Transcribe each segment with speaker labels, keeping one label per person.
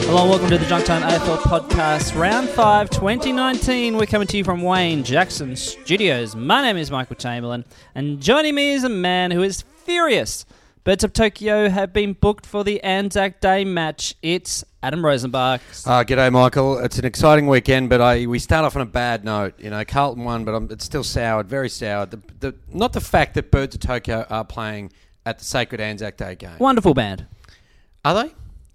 Speaker 1: Hello and welcome to the Junk Time AFL Podcast, Round 5, 2019. We're coming to you from Wayne Jackson Studios. My name is Michael Chamberlain, and joining me is a man who is furious. Birds of Tokyo have been booked for the Anzac Day match. It's Adam Rosenbach.
Speaker 2: Uh, g'day, Michael. It's an exciting weekend, but I, we start off on a bad note. You know, Carlton won, but I'm, it's still soured, very soured. The, the, not the fact that Birds of Tokyo are playing at the sacred Anzac Day game.
Speaker 1: Wonderful band.
Speaker 2: Are they?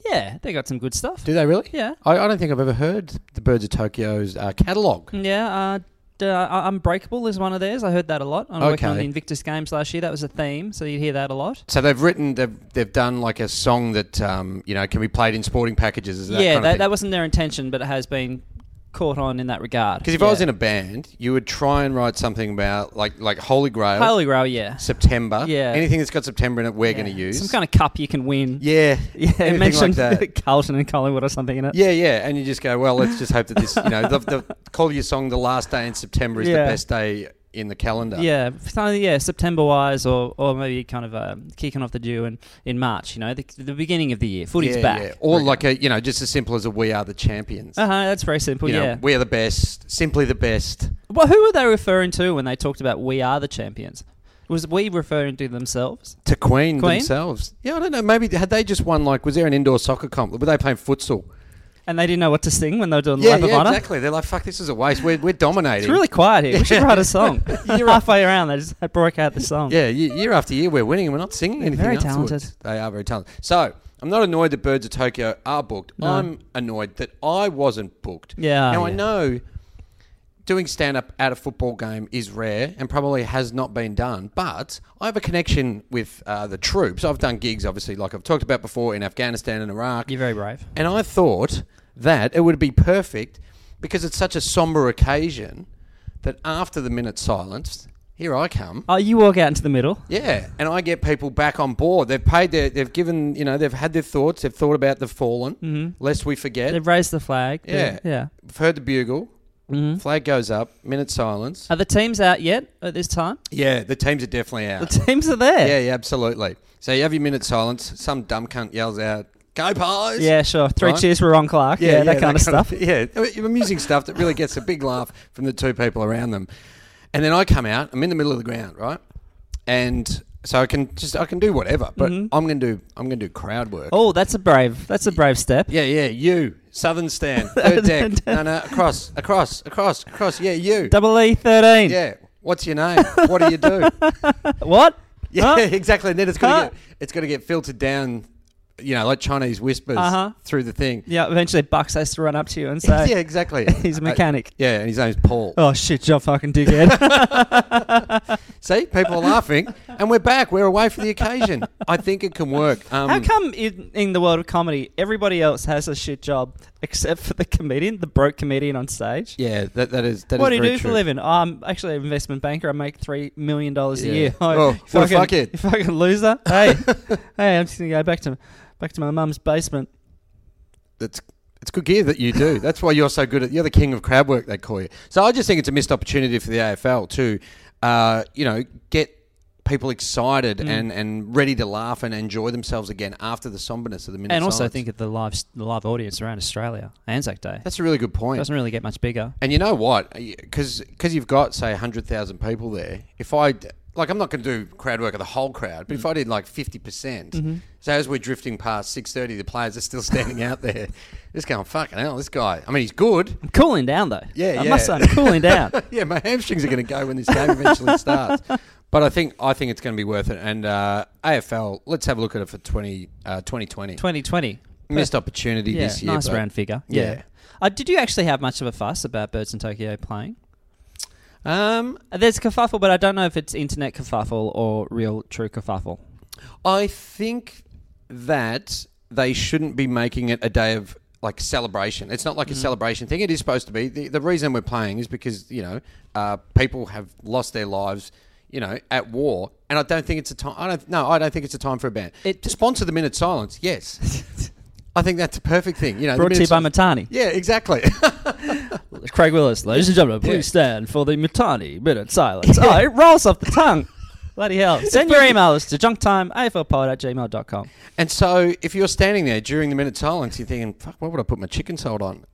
Speaker 1: Yeah, they got some good stuff.
Speaker 2: Do they really?
Speaker 1: Yeah.
Speaker 2: I, I don't think I've ever heard the Birds of Tokyo's uh, catalogue.
Speaker 1: Yeah, uh, d- uh, Unbreakable is one of theirs. I heard that a lot. I'm working on
Speaker 2: Okay.
Speaker 1: the Invictus Games last year. That was a theme, so you'd hear that a lot.
Speaker 2: So they've written, they've, they've done like a song that, um, you know, can be played in sporting packages. Is that
Speaker 1: yeah,
Speaker 2: kind
Speaker 1: that, that wasn't their intention, but it has been caught on in that regard.
Speaker 2: Because if I was in a band, you would try and write something about like like Holy Grail,
Speaker 1: Holy Grail, yeah.
Speaker 2: September.
Speaker 1: Yeah.
Speaker 2: Anything that's got September in it, we're going to use.
Speaker 1: Some kind of cup you can win.
Speaker 2: Yeah,
Speaker 1: yeah it
Speaker 2: anything
Speaker 1: mentioned
Speaker 2: like that.
Speaker 1: Carlton and Collingwood or something in it.
Speaker 2: Yeah, yeah, and you just go, well, let's just hope that this, you know, the, the call your song the last day in September is
Speaker 1: Yeah.
Speaker 2: the best day in the calendar.
Speaker 1: Yeah, something- yeah, September wise, or, or maybe kind of um, kicking off the dew in, in March, you know, the, the beginning of the year. Footy's
Speaker 2: yeah,
Speaker 1: back.
Speaker 2: yeah. Or like a, you know, just as simple as a "We are the champions."
Speaker 1: Uh huh, that's very simple,
Speaker 2: you know,
Speaker 1: yeah.
Speaker 2: we are the best, simply the best.
Speaker 1: well, who were they referring to when they talked about we are the champions? Was we referring to themselves?
Speaker 2: To Queen,
Speaker 1: Queen?
Speaker 2: themselves. Yeah, I don't know. Maybe had they just won? Like, was there an indoor soccer comp? Were they playing futsal?
Speaker 1: And they didn't know what to sing when they were doing
Speaker 2: Yeah,
Speaker 1: Lap of
Speaker 2: yeah,
Speaker 1: Honor?
Speaker 2: exactly. They're like, "Fuck, this is a waste. We're, we're dominating."
Speaker 1: It's really quiet here. We should write a song.
Speaker 2: You're right.
Speaker 1: Halfway around, they just broke out the song.
Speaker 2: Yeah, ye- year after year we're winning and we're not singing anything.
Speaker 1: very
Speaker 2: afterwards.
Speaker 1: talented.
Speaker 2: They are very talented. So I'm not annoyed that Birds of Tokyo are booked. I'm annoyed that I wasn't booked.
Speaker 1: Yeah,
Speaker 2: Now I
Speaker 1: yeah.
Speaker 2: know doing stand up at a football game is rare and probably has not been done, but I have a connection with uh, the troops. I've done gigs, obviously, like I've talked about before in Afghanistan and Iraq.
Speaker 1: You're very brave.
Speaker 2: And I thought that it would be perfect because it's such a somber occasion that after the minute silence, here I come.
Speaker 1: Oh, you walk out into the middle.
Speaker 2: Yeah, and I get people back on board. They've paid their, they've given, you know, they've had their thoughts. They've thought about the fallen, lest we forget.
Speaker 1: Mm-hmm. They've raised the flag. They-
Speaker 2: yeah,
Speaker 1: yeah.
Speaker 2: I've heard the bugle.
Speaker 1: Mm-hmm.
Speaker 2: Flag goes up. Minute silence.
Speaker 1: Are the teams out yet at this time?
Speaker 2: Yeah, the teams are definitely
Speaker 1: The
Speaker 2: out.
Speaker 1: teams are there.
Speaker 2: yeah, yeah, absolutely. So you have your minute silence. Some dumb cunt yells out, "Go Pies!"
Speaker 1: Yeah, sure. Three
Speaker 2: Right?
Speaker 1: cheers for Ron Clark. Yeah, that kind of stuff.
Speaker 2: yeah, I mean, amusing stuff that really gets a big laugh from the two people around them. And then I come out. I'm in the middle of the ground, right? And so I can just I can do whatever, but
Speaker 1: Mm-hmm.
Speaker 2: I'm gonna do I'm gonna do crowd work.
Speaker 1: Oh, that's a brave. That's a brave step.
Speaker 2: Yeah, yeah, you southern stand third deck. no, no, across, across, across, across. Yeah, you.
Speaker 1: Double E thirteen.
Speaker 2: Yeah. What's your name? What do you do?
Speaker 1: What?
Speaker 2: Yeah,
Speaker 1: Huh?
Speaker 2: exactly. And then it's gonna
Speaker 1: Huh?
Speaker 2: get it's gonna get filtered down, you know, like Chinese whispers
Speaker 1: Uh-huh.
Speaker 2: through the thing.
Speaker 1: Yeah. Eventually, Bucks has to run up to you and say,
Speaker 2: yeah, exactly.
Speaker 1: "He's a
Speaker 2: Uh,
Speaker 1: mechanic."
Speaker 2: yeah, and his name's Paul.
Speaker 1: Oh shit, you're fucking dickhead.
Speaker 2: See, people are laughing, and we're back. We're away for the occasion. I think it can work. Um,
Speaker 1: How come in, in the world of comedy, everybody else has a shit job except for the comedian, the broke comedian on stage?
Speaker 2: Yeah, that, that is that is
Speaker 1: What do you
Speaker 2: very
Speaker 1: do for
Speaker 2: true.
Speaker 1: a living? Oh, I'm actually an investment banker. I make three million dollars
Speaker 2: Yeah.
Speaker 1: a year.
Speaker 2: Oh,
Speaker 1: you
Speaker 2: well,
Speaker 1: fucking,
Speaker 2: fuck it.
Speaker 1: you fucking loser. Hey, hey, I'm just gonna go back to back to my mum's basement.
Speaker 2: That's it's good gear that you do. That's why you're so good at. You're the king of crab work, they call you. So I just think it's a missed opportunity for the AFL to, uh, you know, get people excited
Speaker 1: Mm.
Speaker 2: and, and ready to laugh and enjoy themselves again after the somberness of the minute.
Speaker 1: And also
Speaker 2: silence.
Speaker 1: think of the live the live audience around Australia. Anzac Day
Speaker 2: that's a really good point.
Speaker 1: doesn't really get much bigger.
Speaker 2: And you know what? Because you've got say hundred thousand people there. If I d- like, I'm not going to do crowd work of the whole crowd,
Speaker 1: Mm.
Speaker 2: but if I did like fifty percent,
Speaker 1: Mm-hmm.
Speaker 2: so as we're drifting past six thirty, the players are still standing out there, just going fucking hell. This guy. I mean, he's good.
Speaker 1: I'm cooling down though.
Speaker 2: Yeah,
Speaker 1: I
Speaker 2: yeah.
Speaker 1: must say, I'm cooling down.
Speaker 2: yeah, my hamstrings are going to go when this game eventually starts. But I think I think it's going to be worth it. And uh, AFL, let's have a look at it for 20, uh, 2020.
Speaker 1: 2020.
Speaker 2: missed opportunity
Speaker 1: yeah,
Speaker 2: this year.
Speaker 1: nice
Speaker 2: but-
Speaker 1: round figure. Yeah.
Speaker 2: yeah.
Speaker 1: Uh, did you actually have much of a fuss about Birds in Tokyo playing?
Speaker 2: Um,
Speaker 1: Uh, There's kerfuffle, but I don't know if it's internet kerfuffle or real true kerfuffle.
Speaker 2: I think that they shouldn't be making it a day of like celebration. It's not like
Speaker 1: Mm-hmm.
Speaker 2: a celebration thing. It is supposed to be. The, the reason we're playing is because you know uh, people have lost their lives, you know, at war, and I don't think it's a time. I don't. No, I don't think it's a time for a ban.
Speaker 1: It-
Speaker 2: It, Sponsor the minute silence. Yes, I think that's a perfect thing. You know, the
Speaker 1: Brought to you by
Speaker 2: minute silence-
Speaker 1: Matani.
Speaker 2: Yeah, exactly.
Speaker 1: Craig Willis, ladies and gentlemen, please stand for the Mutani minute silence. Oh, it rolls off the tongue. Bloody hell. Send your emails to junktimeaflpod at gmail.com.
Speaker 2: and so, if you're standing there during the minute silence, you're thinking, "Fuck, what would I put my chicken salt on?"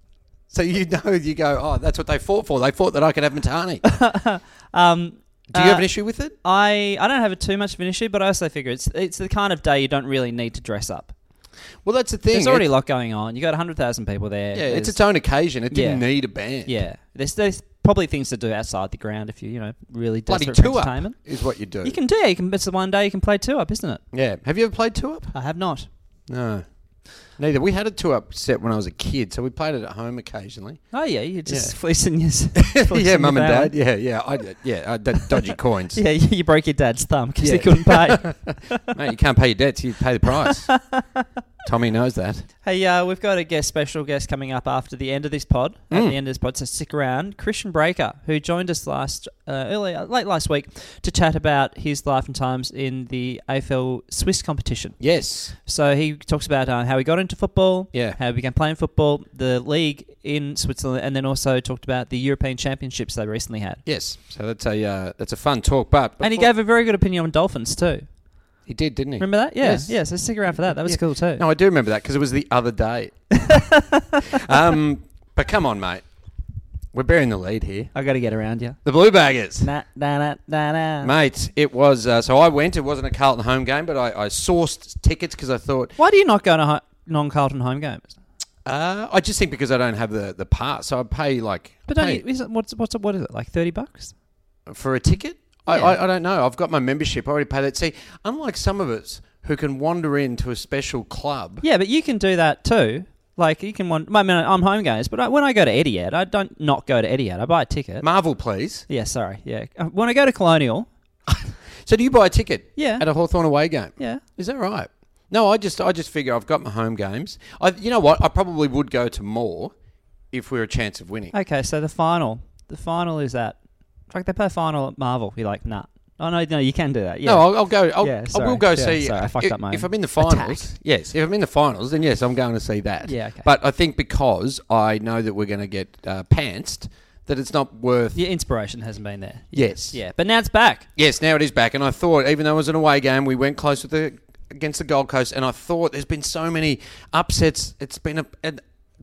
Speaker 2: So you know, you go, "Oh, that's what they fought for. They fought that I could have Matani."
Speaker 1: Um,
Speaker 2: Do you have
Speaker 1: uh,
Speaker 2: an issue with it?
Speaker 1: I, I don't have too much of an issue, but I also figure it's, it's the kind of day you don't really need to dress up.
Speaker 2: Well, that's the thing.
Speaker 1: There's already
Speaker 2: It-
Speaker 1: a lot going on. You got 100,000 people there.
Speaker 2: yeah, it's
Speaker 1: There's-
Speaker 2: its own occasion. It didn't
Speaker 1: Yeah.
Speaker 2: need a band.
Speaker 1: Yeah. There's, there's probably things to do outside the ground if you, you know, really
Speaker 2: bloody
Speaker 1: desperate
Speaker 2: two
Speaker 1: for
Speaker 2: up
Speaker 1: entertainment.
Speaker 2: is what you do.
Speaker 1: You can do. You can. It's the one day you can play two up, isn't it?
Speaker 2: yeah. Have you ever played two up?
Speaker 1: I have not.
Speaker 2: No, neither. We had a two up set when I was a kid, so we played it at home occasionally.
Speaker 1: Oh yeah, you're just
Speaker 2: Yeah.
Speaker 1: fleecing your.
Speaker 2: yeah, mum and dad. Yeah, yeah, I, did- yeah. I, did dodgy coins.
Speaker 1: Yeah, you you broke your dad's thumb because he
Speaker 2: Yeah.
Speaker 1: couldn't pay.
Speaker 2: Mate, you can't pay your debts. You pay the price. Tommy knows that.
Speaker 1: hey, uh, we've got a guest, special guest coming up after the end of this pod. At
Speaker 2: Hmm.
Speaker 1: the end of this pod, so stick around. Christian Breaker, who joined us last uh, early, uh, late last week, to chat about his life and times in the AFL Swiss competition.
Speaker 2: Yes.
Speaker 1: So he talks about uh, how he got into football,
Speaker 2: Yeah.
Speaker 1: how he began playing football, the league in Switzerland, and then also talked about the European Championships they recently had.
Speaker 2: Yes. So that's a uh, that's a fun talk, but
Speaker 1: and he
Speaker 2: before-
Speaker 1: gave a very good opinion on dolphins too.
Speaker 2: he did, didn't he?
Speaker 1: Remember that? Yeah,
Speaker 2: Yes.
Speaker 1: yeah. So stick around for that. That was
Speaker 2: Yeah.
Speaker 1: cool too.
Speaker 2: No, I do remember that because it was the other day. um, but come on, mate. We're bearing the lead here.
Speaker 1: I got to get around you.
Speaker 2: The Blue Baggers.
Speaker 1: Na, na, na, na, na.
Speaker 2: Mate, it was. Uh, so I went. It wasn't a Carlton home game, but I, I sourced tickets because I thought.
Speaker 1: Why do you not go to hi- non-Carlton home games?
Speaker 2: Uh, I just think because I don't have the, the pass. So I pay like.
Speaker 1: But
Speaker 2: I
Speaker 1: don't
Speaker 2: pay
Speaker 1: you, is it, what's what's what is it like thirty bucks?
Speaker 2: For a ticket? I,
Speaker 1: Yeah.
Speaker 2: I, I don't know. I've got my membership. I already paid it. See, unlike some of us who can wander into a special club.
Speaker 1: Yeah, but you can do that too. Like you can want. I mean, I'm home games, but I, when I go to Etihad, I don't not go to Etihad. I buy a ticket.
Speaker 2: Marvel, please.
Speaker 1: yeah, sorry. Yeah, Uh, when I go to Colonial,
Speaker 2: So do you buy a ticket
Speaker 1: Yeah.
Speaker 2: at a Hawthorn away game?
Speaker 1: yeah,
Speaker 2: Is that right? No, I just I just figure I've got my home games. I, you know what? I probably would go to more if we were a chance of winning.
Speaker 1: okay. So the final, the final is that. Like they play final at Marvel. You're like, nah. Oh no, no, you can do that. Yeah.
Speaker 2: No, I'll, I'll go. I'll,
Speaker 1: Yeah,
Speaker 2: I
Speaker 1: sorry.
Speaker 2: will go
Speaker 1: Yeah,
Speaker 2: see.
Speaker 1: sorry, I fucked
Speaker 2: if,
Speaker 1: up my
Speaker 2: if
Speaker 1: own
Speaker 2: I'm in the finals,
Speaker 1: attack.
Speaker 2: yes. If I'm in the finals, then yes, I'm going to see that.
Speaker 1: Yeah, okay.
Speaker 2: But I think because I know that we're going to get uh, pantsed, that it's not worth.
Speaker 1: Your inspiration hasn't been there.
Speaker 2: Yes.
Speaker 1: Yeah, but now it's back.
Speaker 2: Yes, now it is back, and I thought even though it was an away game, we went close with the against the Gold Coast, and I thought there's been so many upsets. It's been a, a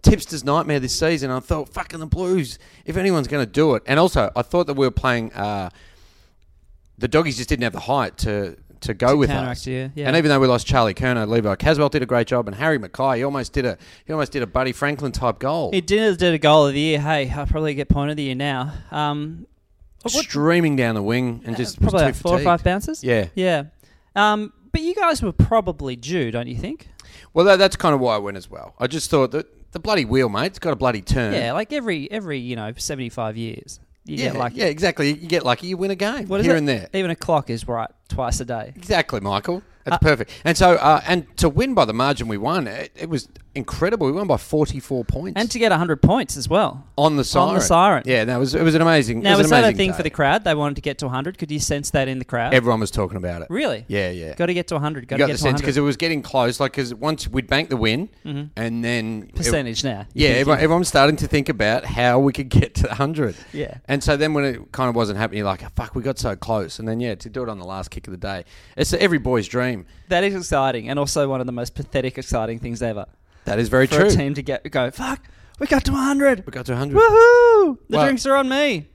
Speaker 2: tipster's nightmare this season. I thought fucking the Blues, if anyone's going to do it, and also I thought that we were playing. Uh, the doggies just didn't have the height to. To go
Speaker 1: To
Speaker 2: with
Speaker 1: counteract
Speaker 2: us,
Speaker 1: you, yeah.
Speaker 2: and even though we lost Charlie Kerner, Levi Caswell did a great job, and Harry Mackay, he almost did a he almost did a Buddy Franklin type goal,
Speaker 1: He did, did a goal of the year. Hey, I'll probably get point of the year now. Um, what,
Speaker 2: streaming down the wing, and just was
Speaker 1: Uh, probably
Speaker 2: too
Speaker 1: like four or
Speaker 2: fatigued.
Speaker 1: five bounces.
Speaker 2: Yeah,
Speaker 1: Yeah. Um, but you guys were probably due, don't you think?
Speaker 2: Well, that, that's kind of why I went as well. I just thought that the bloody wheel, mate, it's got a bloody turn.
Speaker 1: Yeah, like every every you know seventy five years, you
Speaker 2: yeah,
Speaker 1: get like
Speaker 2: yeah, exactly. You get lucky, you win a game
Speaker 1: what is
Speaker 2: here
Speaker 1: it?
Speaker 2: and there.
Speaker 1: Even a clock is right twice a day.
Speaker 2: Exactly, Michael. That's perfect. And so, uh, and to win by the margin we won, it, it was incredible. We won by forty-four points
Speaker 1: And to get 100 points as well.
Speaker 2: on the siren.
Speaker 1: siren.
Speaker 2: Yeah, that was it. Was an amazing. it
Speaker 1: Now,
Speaker 2: was,
Speaker 1: was
Speaker 2: an
Speaker 1: that a
Speaker 2: amazing
Speaker 1: thing
Speaker 2: day.
Speaker 1: for the crowd? They wanted to get to 100? Could you sense that in the crowd?
Speaker 2: Everyone was talking about it.
Speaker 1: really?
Speaker 2: Yeah, yeah.
Speaker 1: Got to get to 100. Got to
Speaker 2: you
Speaker 1: get
Speaker 2: got the
Speaker 1: to
Speaker 2: sense
Speaker 1: 100.
Speaker 2: because it was getting close. Like, because once we'd bank the win, and then it-
Speaker 1: Mm-hmm. Percentage now. You
Speaker 2: Yeah,
Speaker 1: think
Speaker 2: everyone,
Speaker 1: you-
Speaker 2: everyone's starting to think about how we could get to the 100.
Speaker 1: Yeah.
Speaker 2: And so then when it kind of wasn't happening, you're like, "Oh, fuck, we got so close. And then, yeah, to do it on the last kick of the day. It's every boy's dream.
Speaker 1: that is exciting and also one of the most pathetic, exciting things ever.
Speaker 2: That is very
Speaker 1: for
Speaker 2: true.
Speaker 1: a team to get go. Fuck, we got to 100.
Speaker 2: We got to 100.
Speaker 1: Woohoo! The
Speaker 2: Well-
Speaker 1: drinks are on me.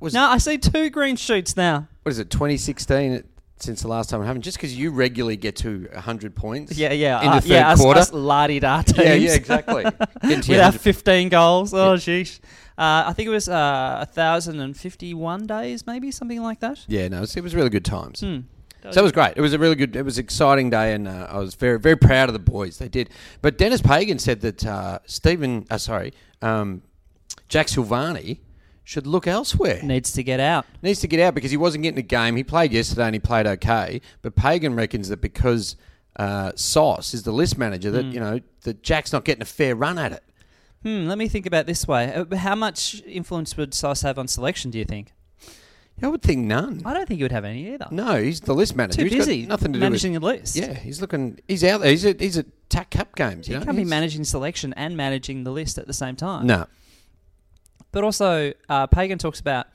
Speaker 2: Was-
Speaker 1: no, I see two green shoots now.
Speaker 2: What is it, 2016 it- since the last time it happened? Just because you regularly get to 100 points
Speaker 1: Yeah, yeah,
Speaker 2: in
Speaker 1: uh,
Speaker 2: the third
Speaker 1: yeah. us-
Speaker 2: quarter.
Speaker 1: us la-di-da teams.
Speaker 2: yeah, yeah, exactly. Getting to
Speaker 1: With our
Speaker 2: 100
Speaker 1: 15 goals. Oh, sheesh. Uh, I think it was uh, 1,051 days, maybe something like that.
Speaker 2: yeah, no, it was, it was really good times. So it was great. It was a really good. It was an exciting day, and uh, I was very very proud of the boys. They did. But Dennis Pagan said that uh, Stephen, uh, sorry, um, Jack Silvani should look elsewhere.
Speaker 1: Needs to get out.
Speaker 2: Needs to get out because he wasn't getting a game. He played yesterday and he played okay. But Pagan reckons that because uh, Sauce is the list manager, that you know that Jack's not getting a fair run at it.
Speaker 1: Hmm, let me think about it this way. Uh, How much influence would Sauce have on selection, do you think?
Speaker 2: I would think none.
Speaker 1: I don't think he would have any either.
Speaker 2: No, he's the list manager.
Speaker 1: Too
Speaker 2: He's got
Speaker 1: busy
Speaker 2: nothing to
Speaker 1: managing
Speaker 2: do with.
Speaker 1: the list.
Speaker 2: Yeah, he's looking. He's out there. He's at, he's at TAC Cup games. You
Speaker 1: He
Speaker 2: know?
Speaker 1: can't be
Speaker 2: He's-
Speaker 1: managing selection and managing the list at the same time.
Speaker 2: No.
Speaker 1: But also, uh, Pagan talks about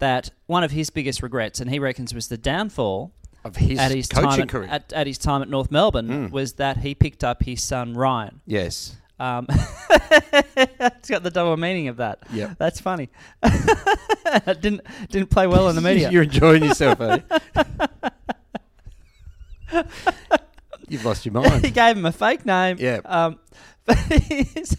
Speaker 1: that one of his biggest regrets, and he reckons was the downfall
Speaker 2: Of his, Mm.
Speaker 1: at his
Speaker 2: coaching
Speaker 1: time at,
Speaker 2: career.
Speaker 1: At, at his time at North Melbourne, was that he picked up his son Ryan.
Speaker 2: yes.
Speaker 1: Um, it's got the double meaning of that.
Speaker 2: Yep.
Speaker 1: that's funny. didn't didn't play well in the media.
Speaker 2: You're enjoying yourself, eh? You've lost your
Speaker 1: he
Speaker 2: mind.
Speaker 1: gave him a fake name.
Speaker 2: Yeah.
Speaker 1: Um, but he's-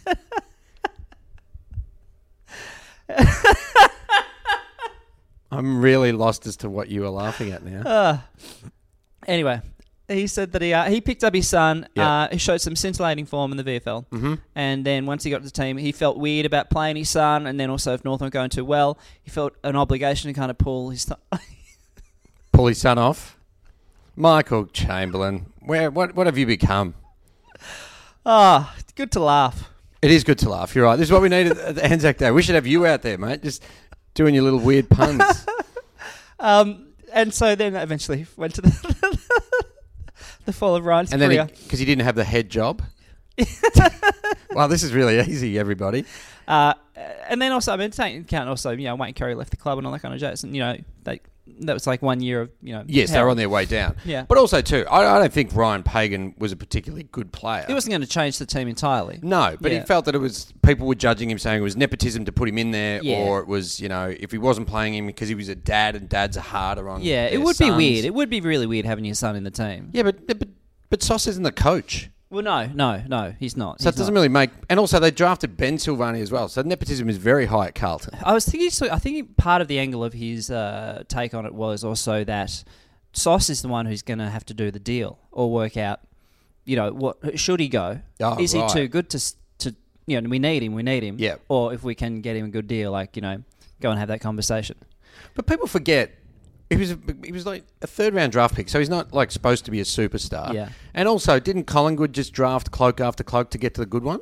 Speaker 2: I'm really lost as to what you were laughing at now.
Speaker 1: anyway, he said that he uh, he picked up his son.
Speaker 2: Yeah.
Speaker 1: Uh, he showed some scintillating form in the VFL, mm-hmm. and then once he got to the team, he felt weird about playing his son. And then also, if North weren't going too well, he felt an obligation to kind of pull his. son.
Speaker 2: Pull his son off. Michael Chamberlain, where what what have you become?
Speaker 1: Ah, it's good to laugh.
Speaker 2: It is good to laugh. You're right. This is what we need at- at the Anzac Day. We should have you out there, mate, just doing your little weird puns.
Speaker 1: Um, and so then eventually went to the the fall of Ryan's
Speaker 2: and then
Speaker 1: career.
Speaker 2: because he, didn't have the head job. wow, this is really easy, everybody.
Speaker 1: Uh, and then also, I mean, taking into account also, you know, Wayne Curry left the club and all that kind of jazz. And, you know, they, that was like one year of, you know.
Speaker 2: Yes,
Speaker 1: hell.
Speaker 2: they're on their way down.
Speaker 1: Yeah.
Speaker 2: But also, too, I, I don't think Ryan Pagan was a particularly good player.
Speaker 1: He wasn't going to change the team entirely.
Speaker 2: No, but
Speaker 1: Yeah.
Speaker 2: he felt that it was people were judging him, saying it was nepotism to put him in there,
Speaker 1: Yeah.
Speaker 2: or it was you know if he wasn't playing him because he was a dad and dads are harder on.
Speaker 1: Yeah, it
Speaker 2: their
Speaker 1: would be
Speaker 2: sons.
Speaker 1: weird. It would be really weird having your son in the team.
Speaker 2: yeah, but but but Sauce isn't the coach,
Speaker 1: Well, no, no, no, he's not.
Speaker 2: so it
Speaker 1: he's
Speaker 2: doesn't
Speaker 1: not.
Speaker 2: really make. And also, they drafted Ben Silvani as well, so nepotism is very high at Carlton.
Speaker 1: I was thinking, so I think part of the angle of his uh, take on it was also that Sauce is the one who's going to have to do the deal or work out, you know, what should he go?
Speaker 2: Oh,
Speaker 1: is
Speaker 2: right.
Speaker 1: he too good to, s- to, you know, we need him, we need him.
Speaker 2: Yeah.
Speaker 1: Or if we can get him a good deal, like, you know, go and have that conversation.
Speaker 2: But people forget he was he was like a third round draft pick, so he's not like supposed to be a superstar.
Speaker 1: Yeah.
Speaker 2: And also, didn't Collingwood just draft cloak after cloak to get to the good one?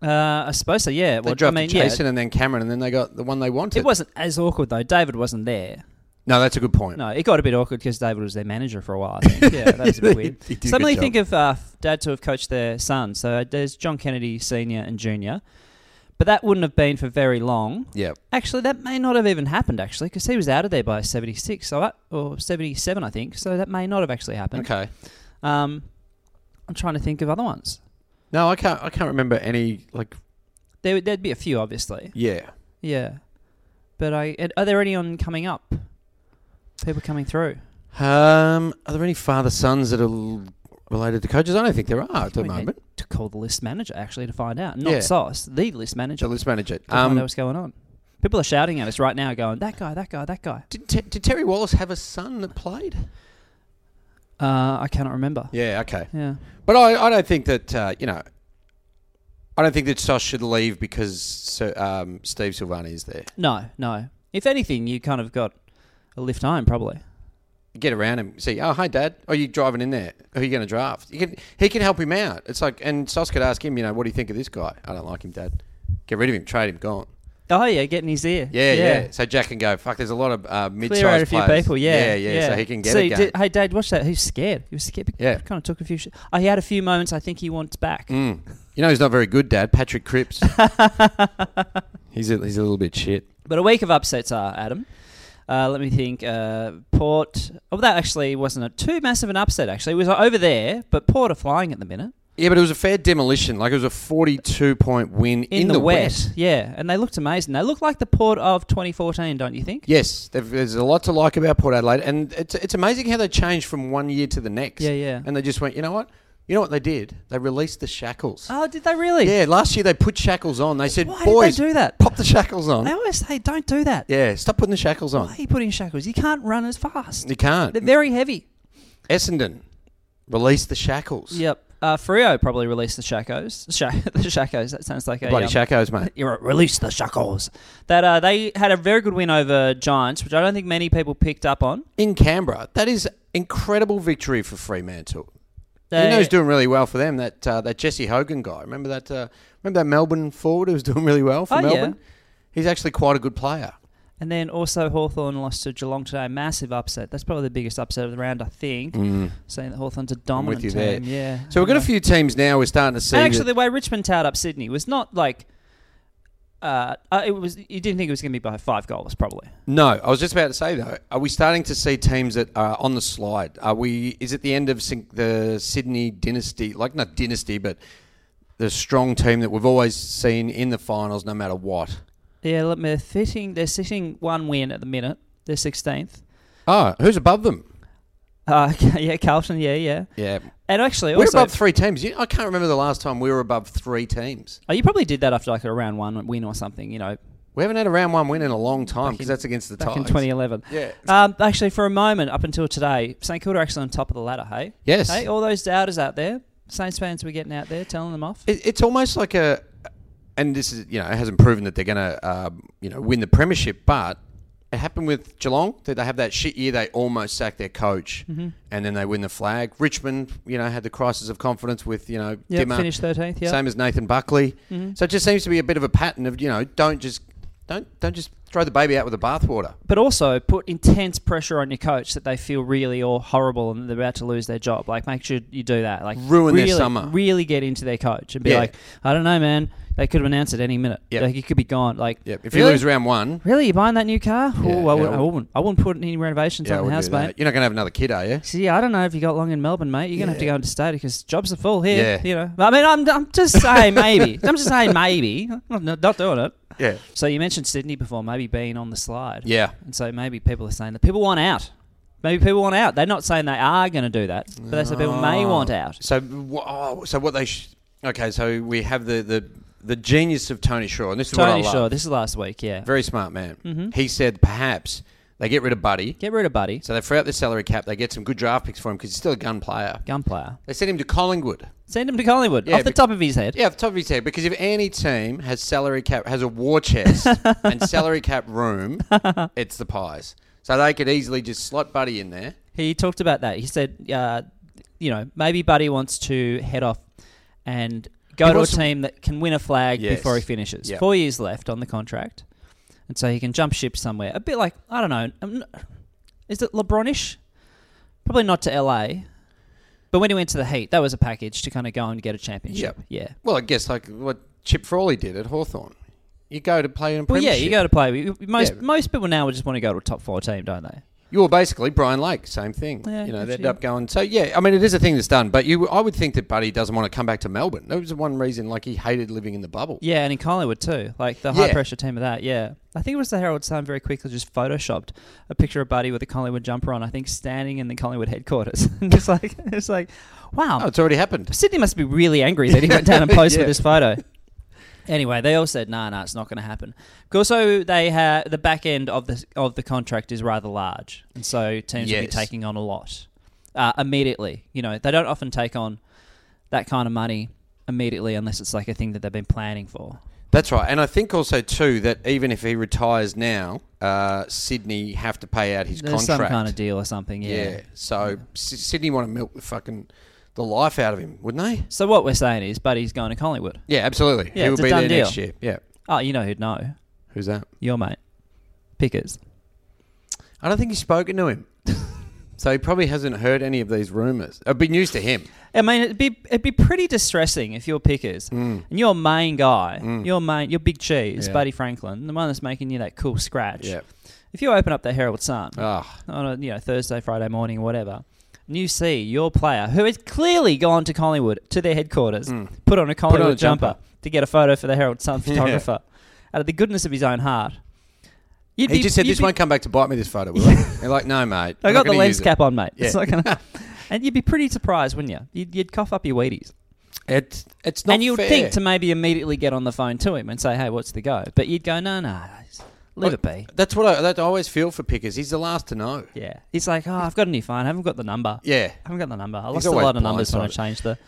Speaker 1: Uh, I suppose so, yeah.
Speaker 2: They
Speaker 1: Well, I
Speaker 2: drafted
Speaker 1: mean,
Speaker 2: Jason
Speaker 1: yeah.
Speaker 2: and then Cameron, and then they got the one they wanted.
Speaker 1: It wasn't as awkward, though. David wasn't there.
Speaker 2: no, that's a good point.
Speaker 1: No, it got a bit awkward because David was their manager for a while. I think. Yeah, that was a bit weird.
Speaker 2: He did a
Speaker 1: Suddenly
Speaker 2: good
Speaker 1: think of uh, f- dad to have coached their son. So uh, there's John Kennedy Senior and Junior, but that wouldn't have been for very long.
Speaker 2: Yeah.
Speaker 1: Actually, that may not have even happened. Actually, because he was out of there by seventy six, so that, or seventy seven, I think. So that may not have actually happened.
Speaker 2: Okay.
Speaker 1: Um, I'm trying to think of other ones.
Speaker 2: No, I can't. I can't remember any. Like,
Speaker 1: There, would- there'd be a few, obviously.
Speaker 2: yeah,
Speaker 1: Yeah, but I are there any on coming up? People coming through.
Speaker 2: um, are there any father sons that are l- related to coaches? I don't think there are at the
Speaker 1: We need
Speaker 2: moment.
Speaker 1: To call the list manager actually to find out. Not
Speaker 2: Yeah.
Speaker 1: Sauce, the list manager.
Speaker 2: So let's manage it.
Speaker 1: to find out
Speaker 2: Um,
Speaker 1: what's going on. People are shouting at us right now, going, that guy, that guy, that guy.
Speaker 2: did, Te- did Terry Wallace have a son that played?
Speaker 1: Uh, I cannot remember.
Speaker 2: Yeah. Okay.
Speaker 1: Yeah.
Speaker 2: But I, I don't think that uh, you know. I don't think that Sosh should leave because Sir- um, Steve Silvani is there.
Speaker 1: No, no. If anything, you kind of got a lift home, probably.
Speaker 2: Get around him. Say, oh, hi, Dad. Are you driving in there? Who are you going to draft? You can, he can help him out. It's like, and Sosh could ask him, you know, what do you think of this guy? I don't like him, Dad. Get rid of him. Trade him. Gone.
Speaker 1: Oh, yeah, getting his ear.
Speaker 2: Yeah, yeah, So Jack can go. Fuck. There's a lot of uh, mid-sized
Speaker 1: Clear out a few
Speaker 2: players.
Speaker 1: people, yeah,
Speaker 2: yeah, yeah. So he can get
Speaker 1: See,
Speaker 2: a game.
Speaker 1: did- hey, Dad, watch that. He's scared. He was scared.
Speaker 2: Yeah.
Speaker 1: Kind of took a few. Sh- oh, he had a few moments. I think he wants back.
Speaker 2: Mm. You know, he's not very good, Dad. Patrick Cripps. he's a, he's a little bit shit.
Speaker 1: But a week of upsets are Adam. Uh, let me think. Uh, Port. Oh, that actually wasn't a too massive an upset. Actually, it was over there, but Port are flying at the minute
Speaker 2: Yeah, but it was a fair demolition. Like it was a 42 point win in,
Speaker 1: in, the, wet.
Speaker 2: West.
Speaker 1: Yeah, and they looked amazing. They look like the Port of 2014, don't you think?
Speaker 2: Yes, there- there's a lot to like about Port Adelaide, and it's it's amazing how they changed from one year to the next.
Speaker 1: Yeah, yeah.
Speaker 2: And they just went, you know what? You know what they did? They released the shackles.
Speaker 1: Oh, did they really?
Speaker 2: Yeah, last year they put shackles on. They said,
Speaker 1: Why did they
Speaker 2: boys,
Speaker 1: do that?"
Speaker 2: Pop the shackles
Speaker 1: They
Speaker 2: on.
Speaker 1: always say, "Don't do that."
Speaker 2: Yeah, stop putting the shackles on.
Speaker 1: Why are you putting shackles? You can't run as fast.
Speaker 2: You can't.
Speaker 1: They're very heavy.
Speaker 2: Essendon release the shackles.
Speaker 1: Yep. Uh, Frio probably released the Shackos. Sha- the Shackos. That sounds like a
Speaker 2: Bloody
Speaker 1: um,
Speaker 2: shackos, mate.
Speaker 1: You're right, release the Shackles. That uh, they had a very good win over Giants, which I don't think many people picked up on.
Speaker 2: In Canberra, that is incredible victory for Fremantle.
Speaker 1: They,
Speaker 2: you know who's doing really well for them? That uh, that Jesse Hogan guy. Remember that? Uh, remember that Melbourne forward who was doing really well for
Speaker 1: Oh, yeah.
Speaker 2: Melbourne? He's actually quite a good player.
Speaker 1: And then also Hawthorn lost to Geelong today. Massive upset. That's probably the biggest upset of the round, I think. Seeing that Hawthorn's a dominant
Speaker 2: you
Speaker 1: team.
Speaker 2: there.
Speaker 1: Yeah.
Speaker 2: So we've got a few teams now. We're starting to see.
Speaker 1: And actually, the
Speaker 2: that-
Speaker 1: way Richmond towered up Sydney was not like. Uh, uh, it was. You didn't think it was going to be by five goals, probably.
Speaker 2: no, I was just about to say though. Are we starting to see teams that are on the slide? Are we? Is it the end of Syn- the Sydney dynasty? Like not dynasty, but the strong team that we've always seen in the finals, no matter what.
Speaker 1: Yeah, look, they're sitting. They're sitting one win at the minute. They're sixteenth.
Speaker 2: Oh, who's above them?
Speaker 1: Uh, yeah, Carlton. Yeah, yeah.
Speaker 2: Yeah,
Speaker 1: And actually,
Speaker 2: we're
Speaker 1: also,
Speaker 2: above three teams. You- I can't remember the last time we were above three teams.
Speaker 1: oh, you probably did that after like a round one win or something. You know,
Speaker 2: We haven't had a round one win in a long time
Speaker 1: Back in-
Speaker 2: because that's against the
Speaker 1: back in
Speaker 2: Tigers.
Speaker 1: 2011.
Speaker 2: Oh, Yeah.
Speaker 1: Um, actually, for a moment up until today, St Kilda are actually on top of the ladder. Hey.
Speaker 2: Yes.
Speaker 1: Hey, all those doubters out there, Saints fans were getting out there telling them off.
Speaker 2: It, it's almost like a, and this is you know it hasn't proven that they're going to um, you know win the premiership, but it happened with Geelong that they have that shit year. They almost sack their coach,
Speaker 1: Mm-hmm.
Speaker 2: and then they win the flag. Richmond, you know, had the crisis of confidence with you know
Speaker 1: Yeah,
Speaker 2: Dimmer,
Speaker 1: finished Mm-hmm. thirteenth. Yeah.
Speaker 2: same as Nathan Buckley. So it just seems to be a bit of a pattern of you know don't just don't don't just throw the baby out with the bathwater.
Speaker 1: but also put intense pressure on your coach that they feel really or horrible and they're about to lose their job. Like, make sure you do that. Like,
Speaker 2: Ruin their
Speaker 1: really,
Speaker 2: summer.
Speaker 1: Really get into their coach and be
Speaker 2: Yeah.
Speaker 1: like, I don't know, man. They could have announced it any minute.
Speaker 2: Yep.
Speaker 1: Like, you could be gone. Like,
Speaker 2: Yep. If you
Speaker 1: really?
Speaker 2: lose round one,
Speaker 1: really, you buying that new car?
Speaker 2: Yeah,
Speaker 1: oh, I,
Speaker 2: yeah,
Speaker 1: would,
Speaker 2: I
Speaker 1: I
Speaker 2: would-
Speaker 1: wouldn't. I wouldn't put any renovations
Speaker 2: yeah,
Speaker 1: on
Speaker 2: we'll
Speaker 1: the
Speaker 2: do
Speaker 1: house,
Speaker 2: that.
Speaker 1: mate.
Speaker 2: You're not going to have another kid, are you?
Speaker 1: See, I don't know if you got long in Melbourne, mate. You're gonna have to
Speaker 2: Yeah.
Speaker 1: go into state because jobs are full here.
Speaker 2: Yeah.
Speaker 1: You know. I mean, I'm, I'm just saying maybe. I'm just saying maybe. I'm not, not doing it.
Speaker 2: Yeah.
Speaker 1: So you mentioned Sydney before, maybe being on the slide.
Speaker 2: Yeah.
Speaker 1: And so maybe people are saying that people want out. Maybe people want out. They're not saying they are going to do that, but they say people may want out.
Speaker 2: So, wh- oh, so what they? Sh- okay, so we have the, the the genius of Tony Shaw, and this is
Speaker 1: Tony
Speaker 2: what I love.
Speaker 1: Shaw, Mm-hmm. this is last week, yeah.
Speaker 2: Very smart man. He said perhaps they get rid of Buddy,
Speaker 1: Get rid of Buddy,
Speaker 2: so they free up the salary cap. They get some good draft picks for him because he's still a gun player.
Speaker 1: gun player.
Speaker 2: They send him to Collingwood.
Speaker 1: Send him to Collingwood
Speaker 2: Yeah,
Speaker 1: off the
Speaker 2: bec-
Speaker 1: top of his head.
Speaker 2: Yeah, off the top of his head, because if any team has salary cap has a war chest and salary cap room, it's the Pies. So they could easily just slot Buddy in there.
Speaker 1: He talked about that. He said, uh, you know, maybe Buddy wants to head off and go
Speaker 2: He
Speaker 1: to a
Speaker 2: wants to-
Speaker 1: team that can win a flag
Speaker 2: Yes.
Speaker 1: before he finishes.
Speaker 2: Yep.
Speaker 1: Four years left on the contract, and so he can jump ship somewhere. A bit like I don't know, um, is it LeBronish? Probably not to LA. But when he went to the Heat, that was a package to kind of go and get a championship.
Speaker 2: Yep.
Speaker 1: Yeah.
Speaker 2: Well, I guess like what Chip Frawley did at Hawthorn. You go to play in a
Speaker 1: Well, yeah,
Speaker 2: premiership.
Speaker 1: you go to play. you- Most
Speaker 2: Yeah.
Speaker 1: most people now would just want to go to a top four team, don't they?
Speaker 2: You were basically Brian Lake, same thing.
Speaker 1: Yeah,
Speaker 2: you know,
Speaker 1: good
Speaker 2: they
Speaker 1: for
Speaker 2: end
Speaker 1: you.
Speaker 2: up going. So yeah, I mean, it is a thing that's done. But you, I would think that Buddy doesn't want to come back to Melbourne. That was the one reason, like he hated living in the bubble.
Speaker 1: Yeah, and in Collingwood too. Like the high
Speaker 2: Yeah.
Speaker 1: pressure team of that, yeah. I think it was the Herald Sun very quickly just photoshopped a picture of Buddy with a Collingwood jumper on, I think standing in the Collingwood headquarters. and just like it's like, wow.
Speaker 2: Oh, it's already happened.
Speaker 1: Sydney must be really angry that he went down and posed
Speaker 2: Yeah.
Speaker 1: with this photo. Anyway, they all said, "No, nah, no, nah, it's not going to happen." 'Cause Also, they have the back end of the of the contract is rather large, and so teams will be
Speaker 2: Yes.
Speaker 1: taking on a lot uh, immediately. You know, they don't often take on that kind of money immediately unless it's like a thing that they've been planning for.
Speaker 2: That's right. And I think also too that even if he retires now, uh, Sydney have to pay out his
Speaker 1: There's some
Speaker 2: contract.
Speaker 1: kind of deal or something. Yeah.
Speaker 2: yeah. So S- Sydney want to milk the fucking the life out of him, wouldn't they?
Speaker 1: So what we're saying is, Buddy's going to Collingwood.
Speaker 2: Yeah, absolutely.
Speaker 1: Yeah,
Speaker 2: he will
Speaker 1: it's a
Speaker 2: be
Speaker 1: done
Speaker 2: there
Speaker 1: deal.
Speaker 2: next year. Yeah.
Speaker 1: Oh, you know who'd know?
Speaker 2: Who's that?
Speaker 1: Your mate, Pickers.
Speaker 2: I don't think he's spoken to him. So he probably hasn't heard any of these rumours. It'd be news to him.
Speaker 1: I mean, it'd be it'd be pretty distressing if your pickers and your main guy, your main, your big cheese,
Speaker 2: Mm. Yeah.
Speaker 1: Buddy Franklin, the one that's making you that cool scratch.
Speaker 2: Yeah.
Speaker 1: If you open up the Herald Sun
Speaker 2: Ah.
Speaker 1: on a you know Thursday, Friday morning, whatever, and you see your player who has clearly gone to Collingwood to their headquarters, put on a Collingwood
Speaker 2: Mm. a
Speaker 1: jumper,
Speaker 2: jumper.
Speaker 1: to get a photo for the Herald Sun photographer, out of the goodness of his own heart. You'd
Speaker 2: He just said,
Speaker 1: you'd
Speaker 2: "This won't come back to bite me." This photo, will it? You're like, "No, mate."
Speaker 1: I got
Speaker 2: I'm not
Speaker 1: the
Speaker 2: gonna
Speaker 1: lens
Speaker 2: use it."
Speaker 1: cap on, mate. It's
Speaker 2: Yeah.
Speaker 1: not gonna. and you'd be pretty surprised, wouldn't you? You'd, you'd cough up your Wheaties.
Speaker 2: It's it's not.
Speaker 1: and you'd
Speaker 2: fair.
Speaker 1: think to maybe immediately get on the phone to him and say, "Hey, what's the go?" But you'd go, "No, no, Leave it be.
Speaker 2: That's what I, that I always feel for Pickers. He's the last to know.
Speaker 1: Yeah. He's like, oh, I've got a new phone. I haven't got the number.
Speaker 2: Yeah.
Speaker 1: I haven't got the number. I lost a
Speaker 2: always
Speaker 1: lot of numbers when I
Speaker 2: blindsided.
Speaker 1: changed the.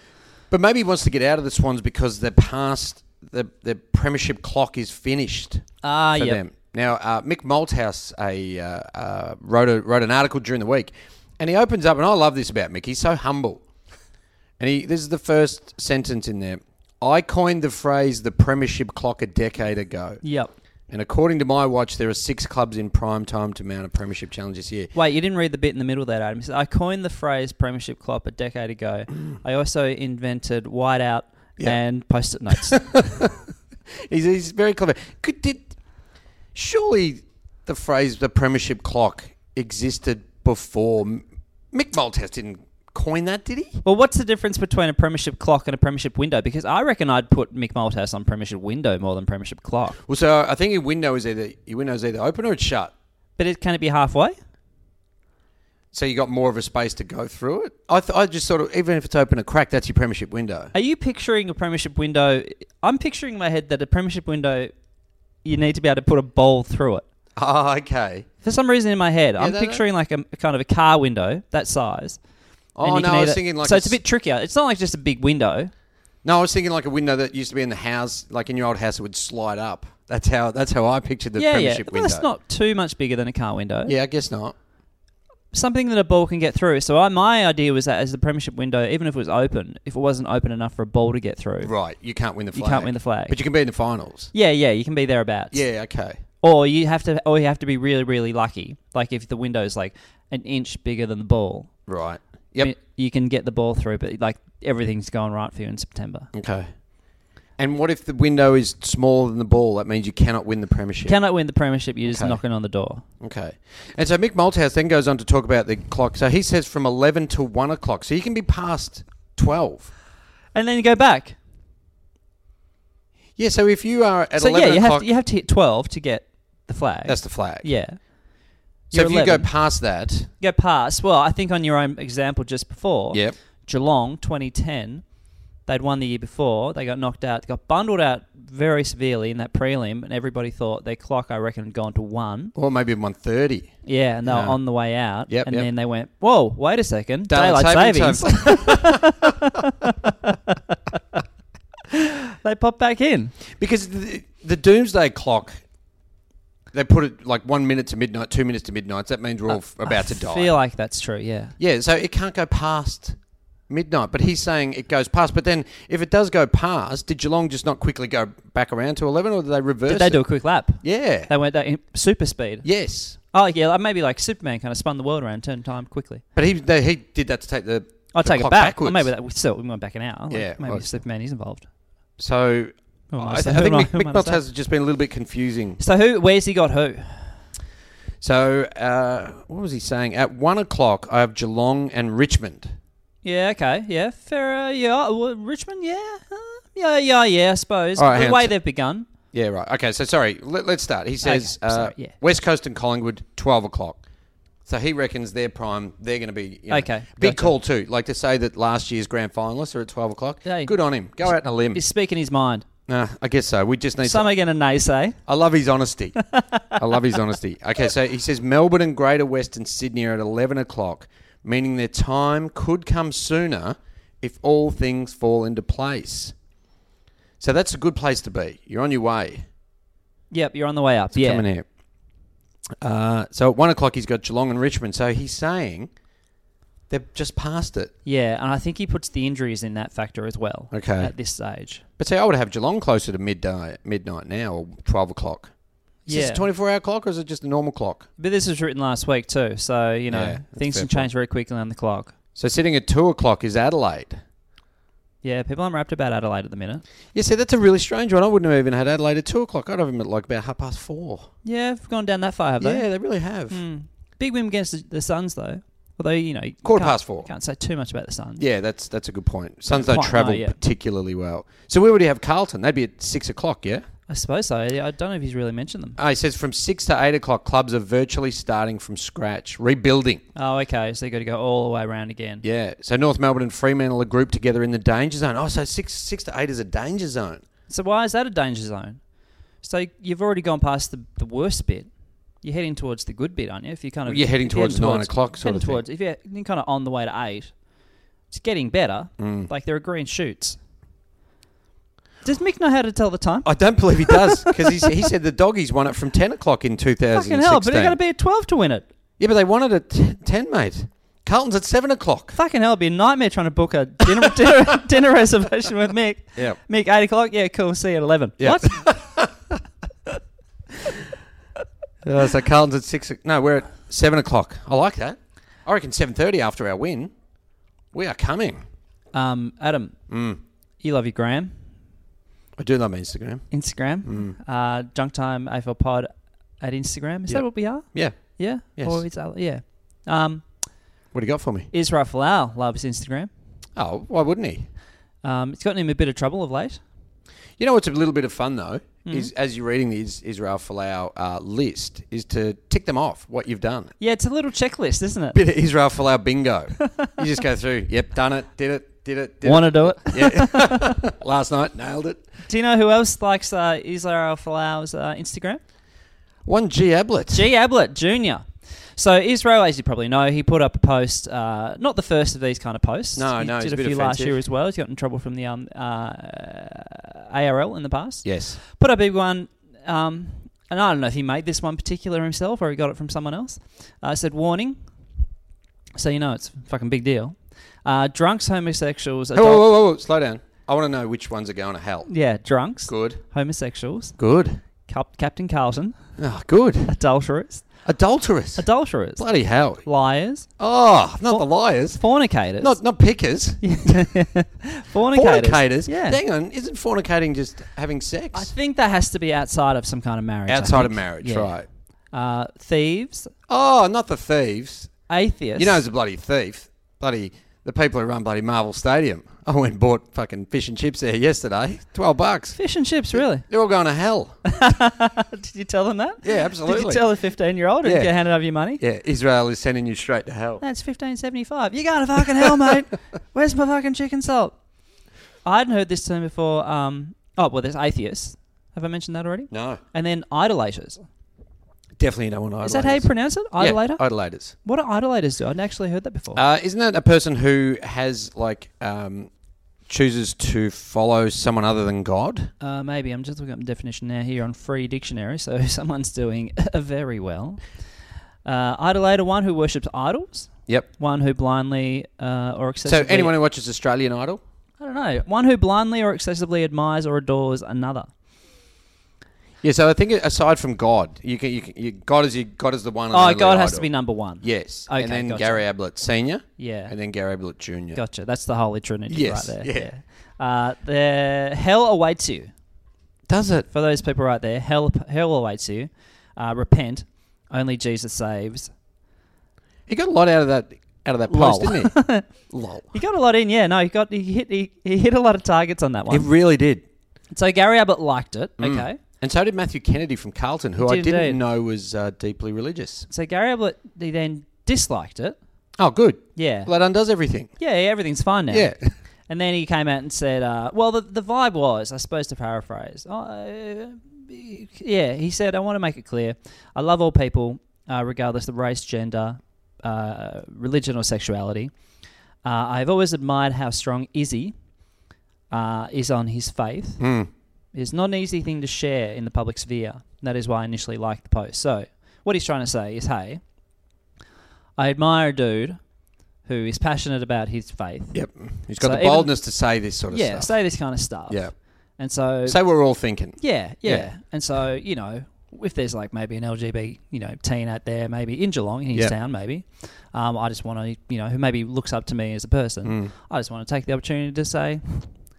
Speaker 2: But maybe he wants to get out of the Swans because they're past the the premiership clock is finished
Speaker 1: Ah,
Speaker 2: for
Speaker 1: yeah.
Speaker 2: them. Now uh, Mick Malthouse a, uh, uh, wrote a, wrote an article during the week, and he opens up, and I love this about Mick. He's so humble, and he this is the first sentence in there. I coined the phrase the premiership clock a decade ago.
Speaker 1: Yep.
Speaker 2: And according to my watch, there are six clubs in prime time to mount a premiership challenge this year.
Speaker 1: Wait, you didn't read the bit in the middle there, Adam. He said, I coined the phrase Premiership Clop a decade ago. I also invented whiteout
Speaker 2: Yeah.
Speaker 1: and post-it notes.
Speaker 2: He's, he's very clever. Could did surely the phrase the premiership clock existed before M- Mick Malthouse didn't coin that, did he?
Speaker 1: well, what's the difference between a Premiership clock and a Premiership window? Because I reckon I'd put Mick Malthouse on Premiership window more than Premiership clock.
Speaker 2: Well, so I think your window is either your window is either open or it's shut.
Speaker 1: But it can it be halfway?
Speaker 2: So you got more of a space to go through it. I, th- I just sort of even if it's open a crack, that's your premiership window.
Speaker 1: Are you picturing a Premiership window? I'm picturing in my head that a Premiership window, you need to be able to put a ball through it.
Speaker 2: Ah, okay.
Speaker 1: For some reason in my head, I'm
Speaker 2: no, no.
Speaker 1: picturing like a, kind of a car window that size.
Speaker 2: Oh
Speaker 1: you
Speaker 2: no,
Speaker 1: can
Speaker 2: I was
Speaker 1: either-
Speaker 2: thinking like
Speaker 1: so
Speaker 2: a
Speaker 1: it's a
Speaker 2: s-
Speaker 1: bit trickier. It's not like just a big window.
Speaker 2: No, I was thinking like a window that used to be in the house, like in your old house, it would slide up. That's how that's how I pictured the
Speaker 1: yeah, yeah.
Speaker 2: premiership
Speaker 1: Well,
Speaker 2: window.
Speaker 1: that's not too much bigger than a car window.
Speaker 2: Yeah, I guess not.
Speaker 1: Something that a ball can get through. So I, my idea was that as the premiership window, even if it was open, if it wasn't open enough for a ball to get through,
Speaker 2: Right, you can't win the
Speaker 1: You
Speaker 2: flag.
Speaker 1: can't win the flag.
Speaker 2: but you can be in the finals.
Speaker 1: yeah, yeah, you can be thereabouts.
Speaker 2: Yeah, okay.
Speaker 1: Or you have to, or you have to be really, really lucky. Like if the window's like an inch bigger than the ball,
Speaker 2: Right. Yep.
Speaker 1: I- you can get the ball through. But like everything's going right for you in September.
Speaker 2: Okay. And what if the window is smaller than the ball? That means you cannot win the premiership.
Speaker 1: Cannot win the premiership. You're just
Speaker 2: Okay.
Speaker 1: knocking on the door.
Speaker 2: okay. And so Mick Malthouse then goes on to talk about the clock. So he says from eleven to one o'clock. So you can be past twelve.
Speaker 1: And then you go back.
Speaker 2: Yeah. So if you are at
Speaker 1: so yeah,
Speaker 2: eleven
Speaker 1: you have,
Speaker 2: o'clock,
Speaker 1: to, you have to hit 12 to get the flag.
Speaker 2: that's the flag.
Speaker 1: yeah.
Speaker 2: So
Speaker 1: You're
Speaker 2: if you go
Speaker 1: 11.
Speaker 2: past that,
Speaker 1: go past. Well, I think on your own example just before,
Speaker 2: yep.
Speaker 1: Geelong 2010, they'd won the year before. They got knocked out, got bundled out very severely in that prelim, and everybody thought their clock, I reckon, had gone to one.
Speaker 2: Or maybe one thirty.
Speaker 1: Yeah, and they
Speaker 2: Yeah.
Speaker 1: were on the way out.
Speaker 2: Yep,
Speaker 1: and
Speaker 2: yep.
Speaker 1: then they went, whoa, wait a second,
Speaker 2: Daylight
Speaker 1: daylight,
Speaker 2: saving
Speaker 1: savings. they popped back in.
Speaker 2: Because the, the doomsday clock, they put it like one minute to midnight, two minutes to midnight. So that means we're all f- about to die.
Speaker 1: I feel like that's true, yeah.
Speaker 2: yeah, so it can't go past midnight. But he's saying it goes past. But then if it does go past, did Geelong just not quickly go back around to 11 or did they reverse
Speaker 1: Did they
Speaker 2: it?
Speaker 1: do a quick lap?
Speaker 2: Yeah.
Speaker 1: They went that in super speed.
Speaker 2: yes.
Speaker 1: Oh yeah, like maybe like Superman kind of spun the world around, turned time quickly.
Speaker 2: But he they, he did that to take the.
Speaker 1: I'll
Speaker 2: the
Speaker 1: take it
Speaker 2: clock
Speaker 1: back. Or
Speaker 2: Backwards.
Speaker 1: maybe that still we went back an hour. Like,
Speaker 2: Yeah,
Speaker 1: maybe
Speaker 2: well-
Speaker 1: Superman is involved.
Speaker 2: Oh, So
Speaker 1: Who am I
Speaker 2: I,
Speaker 1: to
Speaker 2: th-
Speaker 1: say?
Speaker 2: I think
Speaker 1: Who am I-
Speaker 2: Mick,
Speaker 1: who am I
Speaker 2: Mick
Speaker 1: to say?
Speaker 2: Malthouse has just been a little bit confusing.
Speaker 1: So who? Where's he got who?
Speaker 2: So uh, what was he saying? At one o'clock, I have Geelong and Richmond.
Speaker 1: Yeah, okay, yeah, Farah, yeah, uh, well, Richmond, yeah, uh, yeah, yeah, yeah. I suppose
Speaker 2: All right,
Speaker 1: the
Speaker 2: hang
Speaker 1: way
Speaker 2: on.
Speaker 1: they've begun.
Speaker 2: Yeah, right. Okay, so sorry. Let, let's start. He says
Speaker 1: Okay, sorry,
Speaker 2: uh,
Speaker 1: yeah.
Speaker 2: West Coast and Collingwood, 12 o'clock. So he reckons they're prime. They're going to be. You know,
Speaker 1: Okay, gotcha.
Speaker 2: Big call, too. Like to say that last year's grand finalists are at 12 o'clock.
Speaker 1: Hey.
Speaker 2: Good on him. Go out on a limb.
Speaker 1: He's speaking his mind.
Speaker 2: Nah, I guess so. We just need
Speaker 1: Some
Speaker 2: some.
Speaker 1: are going to naysay.
Speaker 2: I love his honesty. I love his honesty. Okay, so he says Melbourne and Greater Western Sydney are at 11 o'clock, meaning their time could come sooner if all things fall into place. So that's a good place to be. You're on your way.
Speaker 1: Yep, you're on the way up. yeah,
Speaker 2: coming here. Uh, so at one o'clock he's got Geelong and Richmond. So he's saying they've just passed it.
Speaker 1: yeah, and I think he puts the injuries in that factor as well.
Speaker 2: Okay.
Speaker 1: at this stage.
Speaker 2: But see, I would have Geelong closer to midday, midnight now, or twelve o'clock. Is this
Speaker 1: Yeah.
Speaker 2: a twenty-four hour clock, or is it just a normal clock?
Speaker 1: But this was written last week too, so you know
Speaker 2: Yeah, that's
Speaker 1: things
Speaker 2: fair
Speaker 1: can change very quickly on the clock.
Speaker 2: So sitting at two o'clock is Adelaide.
Speaker 1: Yeah, people aren't wrapped about Adelaide at the minute.
Speaker 2: Yeah, see, that's a really strange one. I wouldn't have even had Adelaide at two o'clock. I'd have them at like about half past four.
Speaker 1: Yeah, have gone down that far, have
Speaker 2: yeah,
Speaker 1: they?
Speaker 2: they Mm. really have.
Speaker 1: Hmm. Big win against the, the Suns though. Although you know, you
Speaker 2: Quarter
Speaker 1: can't-
Speaker 2: past four.
Speaker 1: Can't say too much about the Suns.
Speaker 2: Yeah, that's that's a good point. Suns don't
Speaker 1: Quite, no,
Speaker 2: travel
Speaker 1: yeah.
Speaker 2: particularly well. So we already have Carlton. They'd be at six o'clock. Yeah.
Speaker 1: I suppose so. Yeah, I don't know if he's really mentioned them.
Speaker 2: Oh, he says from six to eight o'clock, clubs are virtually starting from scratch, rebuilding.
Speaker 1: Oh, okay. So they got to go all the way around again.
Speaker 2: Yeah. So North Melbourne and Fremantle are grouped together in the danger zone. Oh, so six six to eight is a danger zone.
Speaker 1: So why is that a danger zone? So you've already gone past the, the worst bit. You're heading towards the good bit, aren't you? If you kind of
Speaker 2: You're heading
Speaker 1: if
Speaker 2: towards nine o'clock sort
Speaker 1: heading
Speaker 2: of thing.
Speaker 1: towards, if you're, you're kind of on the way to eight, it's getting better.
Speaker 2: Hmm.
Speaker 1: Like there are green shoots. Does Mick know how to tell the time?
Speaker 2: I don't believe he does because he said the doggies won it from ten o'clock in two thousand.
Speaker 1: Fucking hell! But it's got to be at twelve to win it.
Speaker 2: yeah, but they won it at t- ten, mate. Carlton's at seven o'clock.
Speaker 1: Fucking hell! It'd be a nightmare trying to book a dinner dinner, dinner reservation with Mick.
Speaker 2: Yeah.
Speaker 1: Mick, eight o'clock. Yeah, cool. See you at eleven.
Speaker 2: Yeah.
Speaker 1: What?
Speaker 2: Uh, so Carlton's at six. o- No, we're at seven o'clock. I like that. I reckon seven thirty after our win, we are coming.
Speaker 1: Um, Adam,
Speaker 2: Mm.
Speaker 1: you love your gram,
Speaker 2: I do love my Instagram.
Speaker 1: Instagram, uh, Junk Time AFL Pod at Instagram. Is
Speaker 2: Yep.
Speaker 1: that what we are?
Speaker 2: Mm. Yeah.
Speaker 1: Yeah.
Speaker 2: Yes.
Speaker 1: Or is that, yeah. Um,
Speaker 2: What do you got for me?
Speaker 1: Israel Folau loves Instagram.
Speaker 2: Oh, why wouldn't he?
Speaker 1: Um, it's gotten him a bit of trouble of late.
Speaker 2: You know what's a little bit of fun though
Speaker 1: Mm-hmm.
Speaker 2: is as you're reading the Is- Israel Folau uh, list is to tick them off what you've done.
Speaker 1: Yeah, it's a little checklist, isn't it?
Speaker 2: Bit of Israel Folau bingo. you just go through. Yep, done it. Did it. Did it. Did
Speaker 1: Want to do it?
Speaker 2: it. Yeah. Last night nailed it.
Speaker 1: Do you know who else likes uh, Israel Folau's uh, Instagram?
Speaker 2: One G Ablett.
Speaker 1: G. Ablett Jr. So Israel, as you probably know, he put up a post, uh, not the first of these kind of posts.
Speaker 2: No,
Speaker 1: he
Speaker 2: no,
Speaker 1: did
Speaker 2: it's
Speaker 1: a
Speaker 2: a bit
Speaker 1: few last
Speaker 2: offensive.
Speaker 1: year as well. He's gotten in trouble from the um, uh, ARL in the past.
Speaker 2: yes.
Speaker 1: Put up a big one, um, and I don't know if he made this one particular himself or he got it from someone else. Uh, it said warning, so you know it's a fucking big deal. Uh, drunks, homosexuals,
Speaker 2: Whoa,
Speaker 1: adult-
Speaker 2: whoa, whoa, whoa, whoa, slow down. I want to know which ones are going to hell.
Speaker 1: yeah, drunks,
Speaker 2: Good.
Speaker 1: homosexuals,
Speaker 2: Good.
Speaker 1: Cap- Captain Carlton,
Speaker 2: Oh, good.
Speaker 1: adulterers,
Speaker 2: Adulterous.
Speaker 1: adulterers,
Speaker 2: Bloody hell.
Speaker 1: liars,
Speaker 2: Oh, not the liars.
Speaker 1: fornicators,
Speaker 2: Not not pickers.
Speaker 1: fornicators.
Speaker 2: Fornicators.
Speaker 1: Yeah.
Speaker 2: Hang on. Isn't fornicating just having sex?
Speaker 1: I think that has to be outside of some kind of marriage. I
Speaker 2: Outside of
Speaker 1: think.
Speaker 2: marriage,
Speaker 1: Yeah.
Speaker 2: right.
Speaker 1: Uh, thieves,
Speaker 2: Oh, not the thieves.
Speaker 1: atheists.
Speaker 2: You know, who's a bloody thief. Bloody the people who run bloody Marvel Stadium. I went and bought fucking fish and chips there yesterday. Twelve bucks.
Speaker 1: fish and chips. Really?
Speaker 2: They're all going to hell.
Speaker 1: Did you tell them that?
Speaker 2: Yeah, absolutely.
Speaker 1: Did you tell a 15 year old if
Speaker 2: Yeah.
Speaker 1: you handed over your money?
Speaker 2: yeah, Israel is sending you straight to hell.
Speaker 1: That's 15.75. You're going to fucking hell, mate. Where's my fucking chicken salt? I hadn't heard this term before. Um, oh, well, there's atheists. Have I mentioned that already?
Speaker 2: No,
Speaker 1: And then idolaters.
Speaker 2: definitely no one. Idolaters.
Speaker 1: Is that how you pronounce it? Idolater?
Speaker 2: Yeah, idolaters.
Speaker 1: what do idolaters do? I'd actually heard that before.
Speaker 2: Uh, isn't that a person who has like um, chooses to follow someone other than God?
Speaker 1: Uh, maybe I'm just looking up the definition now here on Free Dictionary, so someone's doing very well. Uh, idolater, one who worships idols,
Speaker 2: Yep.
Speaker 1: one who blindly uh, or
Speaker 2: So
Speaker 1: excessively.
Speaker 2: anyone who watches Australian Idol,
Speaker 1: I don't know, one who blindly or excessively admires or adores another.
Speaker 2: yeah. So I think aside from God, you can, you can you, God is your, God is the one. and
Speaker 1: Oh,
Speaker 2: only
Speaker 1: God has to
Speaker 2: idol.
Speaker 1: be number one.
Speaker 2: Yes.
Speaker 1: Okay,
Speaker 2: and then
Speaker 1: gotcha.
Speaker 2: Gary Ablett Senior.
Speaker 1: Yeah.
Speaker 2: And then Gary Ablett Junior.
Speaker 1: Gotcha. That's the Holy Trinity
Speaker 2: Yes,
Speaker 1: right there.
Speaker 2: yeah.
Speaker 1: yeah. Uh, the hell awaits you.
Speaker 2: Does it?
Speaker 1: For those people right there, hell, hell awaits you. Uh, repent. Only Jesus saves.
Speaker 2: He got a lot out of that out of that
Speaker 1: Lol.
Speaker 2: post, didn't he? Lol.
Speaker 1: He got a lot in, yeah. No, he got he hit he, he hit a lot of targets on that one.
Speaker 2: It Mm. really did.
Speaker 1: So Gary Abbott liked it. Okay.
Speaker 2: And so did Matthew Kennedy from Carlton, who I
Speaker 1: Did
Speaker 2: didn't
Speaker 1: indeed.
Speaker 2: know was uh, deeply religious.
Speaker 1: So Gary Ablett he then disliked it.
Speaker 2: Oh, good.
Speaker 1: Yeah.
Speaker 2: Well, that undoes everything.
Speaker 1: yeah, yeah, everything's fine now.
Speaker 2: Yeah.
Speaker 1: And then he came out and said, uh, well, the, the vibe was, I suppose to paraphrase, oh, uh, yeah, he said, I want to make it clear. I love all people, uh, regardless of race, gender, uh, religion, or sexuality. Uh, I've always admired how strong Izzy uh, is on his faith. It's not an easy thing to share in the public sphere. That is why I initially liked the post. So, what he's trying to say is, hey, I admire a dude who is passionate about his faith.
Speaker 2: Yep. He's got
Speaker 1: So
Speaker 2: the
Speaker 1: even-
Speaker 2: boldness to say this sort of
Speaker 1: Yeah,
Speaker 2: stuff.
Speaker 1: say this kind of stuff.
Speaker 2: Yeah.
Speaker 1: And so,
Speaker 2: So we're all thinking.
Speaker 1: yeah, yeah,
Speaker 2: Yeah.
Speaker 1: And so, you know, if there's like maybe an LGB, you know, teen out there, maybe in Geelong, in his
Speaker 2: Yeah.
Speaker 1: town, maybe, um, I just want to, you know, who maybe looks up to me as a person,
Speaker 2: Mm.
Speaker 1: I just want to take the opportunity to say,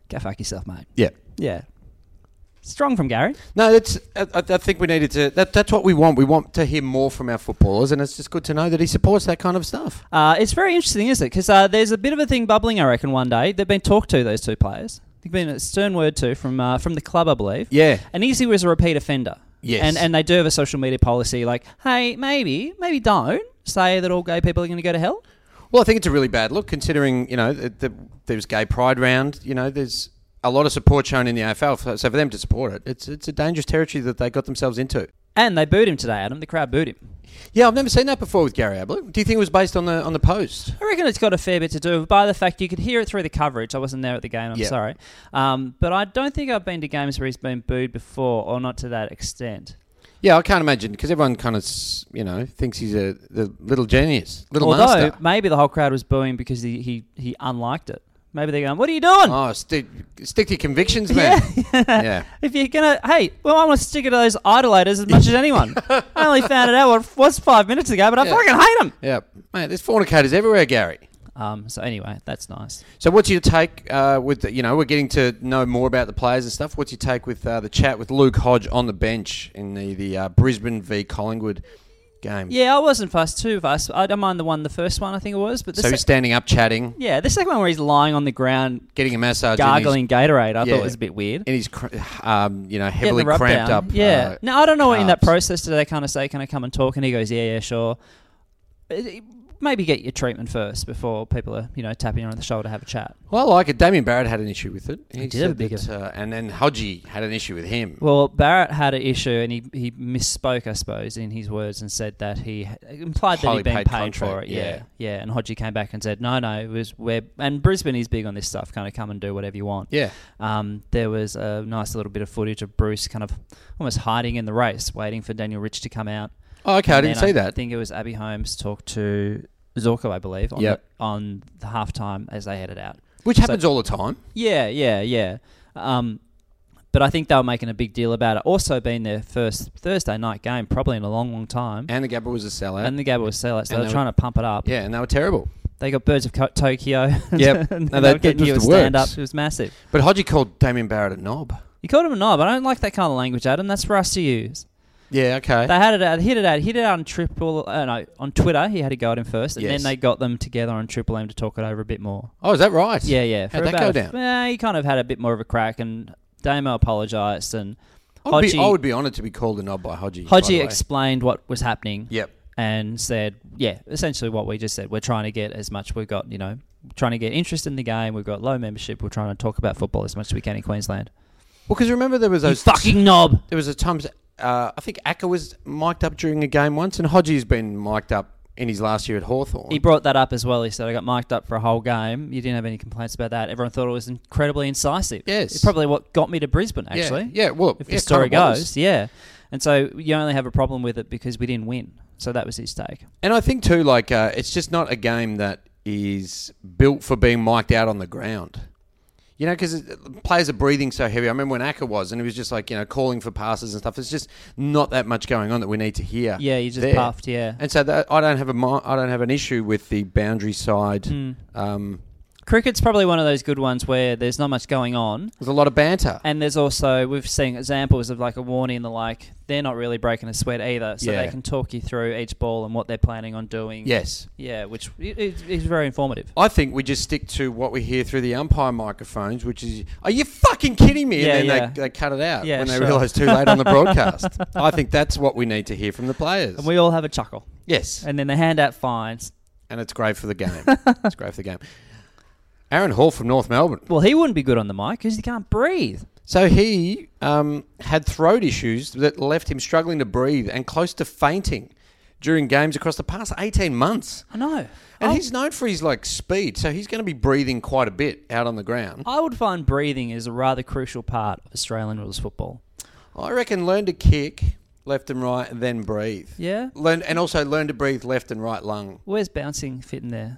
Speaker 1: go fuck yourself, mate.
Speaker 2: Yeah.
Speaker 1: Yeah. Strong from Gary.
Speaker 2: No, that's. I, I I think we needed to. That, that's what we want. We want to hear more from our footballers, and it's just good to know that he supports that kind of stuff.
Speaker 1: Uh, it's very interesting, isn't it? Because uh, there's a bit of a thing bubbling, I reckon, one day. They've been talked to, those two players. They've been a stern word to from uh, from the club, I believe.
Speaker 2: Yeah.
Speaker 1: And Easy was a repeat offender.
Speaker 2: Yes.
Speaker 1: And and they do have a social media policy like, hey, maybe, maybe don't say that all gay people are going to go to hell.
Speaker 2: Well, I think it's a really bad look, considering you know the, the, there was gay pride round. You know, there's a lot of support shown in the AFL. So so for them to support it, it's it's a dangerous territory that they got themselves into.
Speaker 1: And they booed him today, Adam. The crowd booed him.
Speaker 2: Yeah, I've never seen that before with Gary Ablett. Do you think it was based on the on the post?
Speaker 1: I reckon it's got a fair bit to do by the fact you could hear it through the coverage. I wasn't there at the game. I'm
Speaker 2: Yeah.
Speaker 1: sorry, um, but I don't think I've been to games where he's been booed before, or not to that extent.
Speaker 2: Yeah, I can't imagine because everyone kind of you know thinks he's a the little genius, little
Speaker 1: Although
Speaker 2: master.
Speaker 1: maybe the whole crowd was booing because he he, he unliked it. Maybe they're going, "What are you doing?
Speaker 2: Oh, stick stick to your convictions, man. Yeah, yeah.
Speaker 1: If you're gonna, hey, well, I want to stick it to those idolaters as much as anyone. I only found it out what was five minutes ago, but I
Speaker 2: Yeah.
Speaker 1: fucking hate them.
Speaker 2: Mate, there's fornicators everywhere, Gary.
Speaker 1: Um, so anyway, that's nice.
Speaker 2: So, what's your take uh, with the, you know we're getting to know more about the players and stuff? What's your take with uh, the chat with Luke Hodge on the bench in the the uh, Brisbane v Collingwood game?
Speaker 1: Yeah, I wasn't fussed too fussed. I don't mind the one, the first one I think it was, but the
Speaker 2: So
Speaker 1: sec-
Speaker 2: he's standing up, chatting,
Speaker 1: yeah, the second one where he's lying on the ground
Speaker 2: getting a massage, in his-
Speaker 1: gargling Gatorade, I
Speaker 2: Yeah.
Speaker 1: thought was a bit weird.
Speaker 2: and he's cr- um, you
Speaker 1: Getting
Speaker 2: know
Speaker 1: the
Speaker 2: heavily
Speaker 1: rub
Speaker 2: cramped
Speaker 1: down.
Speaker 2: up.
Speaker 1: Yeah.
Speaker 2: uh,
Speaker 1: now I don't know what in that
Speaker 2: carbs.
Speaker 1: process do they kind of say, "Can I come and talk?" And he goes, "Yeah, yeah, sure." It- it- Maybe get your treatment first before people are, you know, tapping you on the shoulder to have a chat.
Speaker 2: Well, I like it. Damien Barrett had an issue with it. He
Speaker 1: did have a
Speaker 2: said
Speaker 1: big
Speaker 2: that, uh, and then Hodgie had an issue with him.
Speaker 1: Well, Barrett had an issue and he, he misspoke, I suppose, in his words and said that he uh, implied that
Speaker 2: Highly
Speaker 1: he'd been paid,
Speaker 2: paid
Speaker 1: for
Speaker 2: contract,
Speaker 1: it. Yeah. yeah,
Speaker 2: yeah.
Speaker 1: And Hodgie came back and said, no, no, it was where. And Brisbane is big on this stuff, kind of come and do whatever you want.
Speaker 2: yeah,
Speaker 1: Um, there was a nice little bit of footage of Bruce kind of almost hiding in the race, waiting for Daniel Rich to come out.
Speaker 2: oh, okay, I
Speaker 1: And
Speaker 2: didn't
Speaker 1: then
Speaker 2: see
Speaker 1: I
Speaker 2: that.
Speaker 1: think it was Abby Holmes talked to Zorko, I believe, on
Speaker 2: Yep.
Speaker 1: the, on the halftime as they headed out.
Speaker 2: Which
Speaker 1: so-
Speaker 2: happens all the time.
Speaker 1: Yeah, yeah, yeah. Um, but I think they were making a big deal about it. Also, being their first Thursday night game, probably in a long, long time.
Speaker 2: And the Gabba was a sellout.
Speaker 1: And the Gabba was sellout, so they
Speaker 2: And
Speaker 1: were
Speaker 2: they
Speaker 1: trying to pump it up.
Speaker 2: yeah, and they were terrible.
Speaker 1: They got Birds of Co- Tokyo.
Speaker 2: Yep.
Speaker 1: and
Speaker 2: No,
Speaker 1: they
Speaker 2: that-
Speaker 1: were getting
Speaker 2: that
Speaker 1: you a
Speaker 2: was the
Speaker 1: stand up.
Speaker 2: works.
Speaker 1: It was massive.
Speaker 2: But Hodgie called Damien Barrett a knob.
Speaker 1: You called him a knob. I don't like that kind of language, Adam. That's for us to use.
Speaker 2: Yeah, okay.
Speaker 1: They had it out, hit it out, hit it out on triple. Uh, no, on Twitter, he had a go at him first, and
Speaker 2: Yes.
Speaker 1: then they got them together on Triple M to talk it over a bit more.
Speaker 2: oh, is that right?
Speaker 1: Yeah, yeah.
Speaker 2: How'd that
Speaker 1: about
Speaker 2: go
Speaker 1: a-
Speaker 2: down?
Speaker 1: eh, he kind of had a bit more of a crack, and Damo apologised, and
Speaker 2: I would, be,
Speaker 1: Hodgie-
Speaker 2: I would be honoured to be called a knob by Hodgie. by the
Speaker 1: Hodgie
Speaker 2: way.
Speaker 1: explained what was happening
Speaker 2: Yep.
Speaker 1: and said, yeah, essentially what we just said. We're trying to get as much we've got, you know, trying to get interest in the game. We've got low membership. We're trying to talk about football as much as we can in Queensland.
Speaker 2: Well, because remember there was
Speaker 1: You
Speaker 2: those
Speaker 1: fucking knob.
Speaker 2: There was a times uh, I think Acker was mic'd up during a game once, and Hodgie's been mic'd up in his last year at Hawthorn.
Speaker 1: He brought that up as well. He said, I got mic'd up for a whole game. You didn't have any complaints about that. Everyone thought it was incredibly incisive.
Speaker 2: Yes.
Speaker 1: It's probably what got me to Brisbane,
Speaker 2: Yeah,
Speaker 1: actually.
Speaker 2: yeah. Well,
Speaker 1: If
Speaker 2: yeah,
Speaker 1: the story
Speaker 2: kinda was.
Speaker 1: goes, yeah. And so you only have a problem with it because we didn't win. So that was his take.
Speaker 2: And I think too, like uh, it's just not a game that is built for being mic'd out on the ground. You know, because players are breathing so heavy. I remember when Acker was, and it was just like you know calling for passes and stuff. It's just not that much going on that we need to hear.
Speaker 1: Yeah, you just
Speaker 2: there.
Speaker 1: puffed, yeah.
Speaker 2: And so that, I don't have a mi- I don't have an issue with the boundary side.
Speaker 1: Hmm.
Speaker 2: Um,
Speaker 1: Cricket's probably one of those good ones where there's not much going on.
Speaker 2: there's a lot of banter.
Speaker 1: And there's also we've seen examples of like a warning and the like. They're not really breaking a sweat either, so they
Speaker 2: Yeah.
Speaker 1: can talk you through each ball and what they're planning on doing.
Speaker 2: yes,
Speaker 1: yeah, which i- is, is very informative.
Speaker 2: I think we just stick to what we hear through the umpire microphones, which is, are you fucking kidding me?
Speaker 1: Yeah,
Speaker 2: and then
Speaker 1: yeah.
Speaker 2: They, they cut it out
Speaker 1: Yeah,
Speaker 2: when they
Speaker 1: sure.
Speaker 2: realise too late on the broadcast. I think that's what we need to hear from the players.
Speaker 1: And we all have a chuckle,
Speaker 2: yes,
Speaker 1: and then they hand out fines.
Speaker 2: and it's great for the game. it's great for the game. Aaron Hall from North Melbourne.
Speaker 1: Well, he wouldn't be good on the mic because he can't breathe.
Speaker 2: So he um, had throat issues that left him struggling to breathe and close to fainting during games across the past 18 months.
Speaker 1: I know.
Speaker 2: And
Speaker 1: I,
Speaker 2: he's known for his like speed, so he's going to be breathing quite a bit out on the ground.
Speaker 1: I would find breathing is a rather crucial part of Australian rules football.
Speaker 2: I reckon learn to kick left and right, and then breathe.
Speaker 1: Yeah.
Speaker 2: Learn and also learn to breathe left and right lung.
Speaker 1: Where's bouncing fit in there?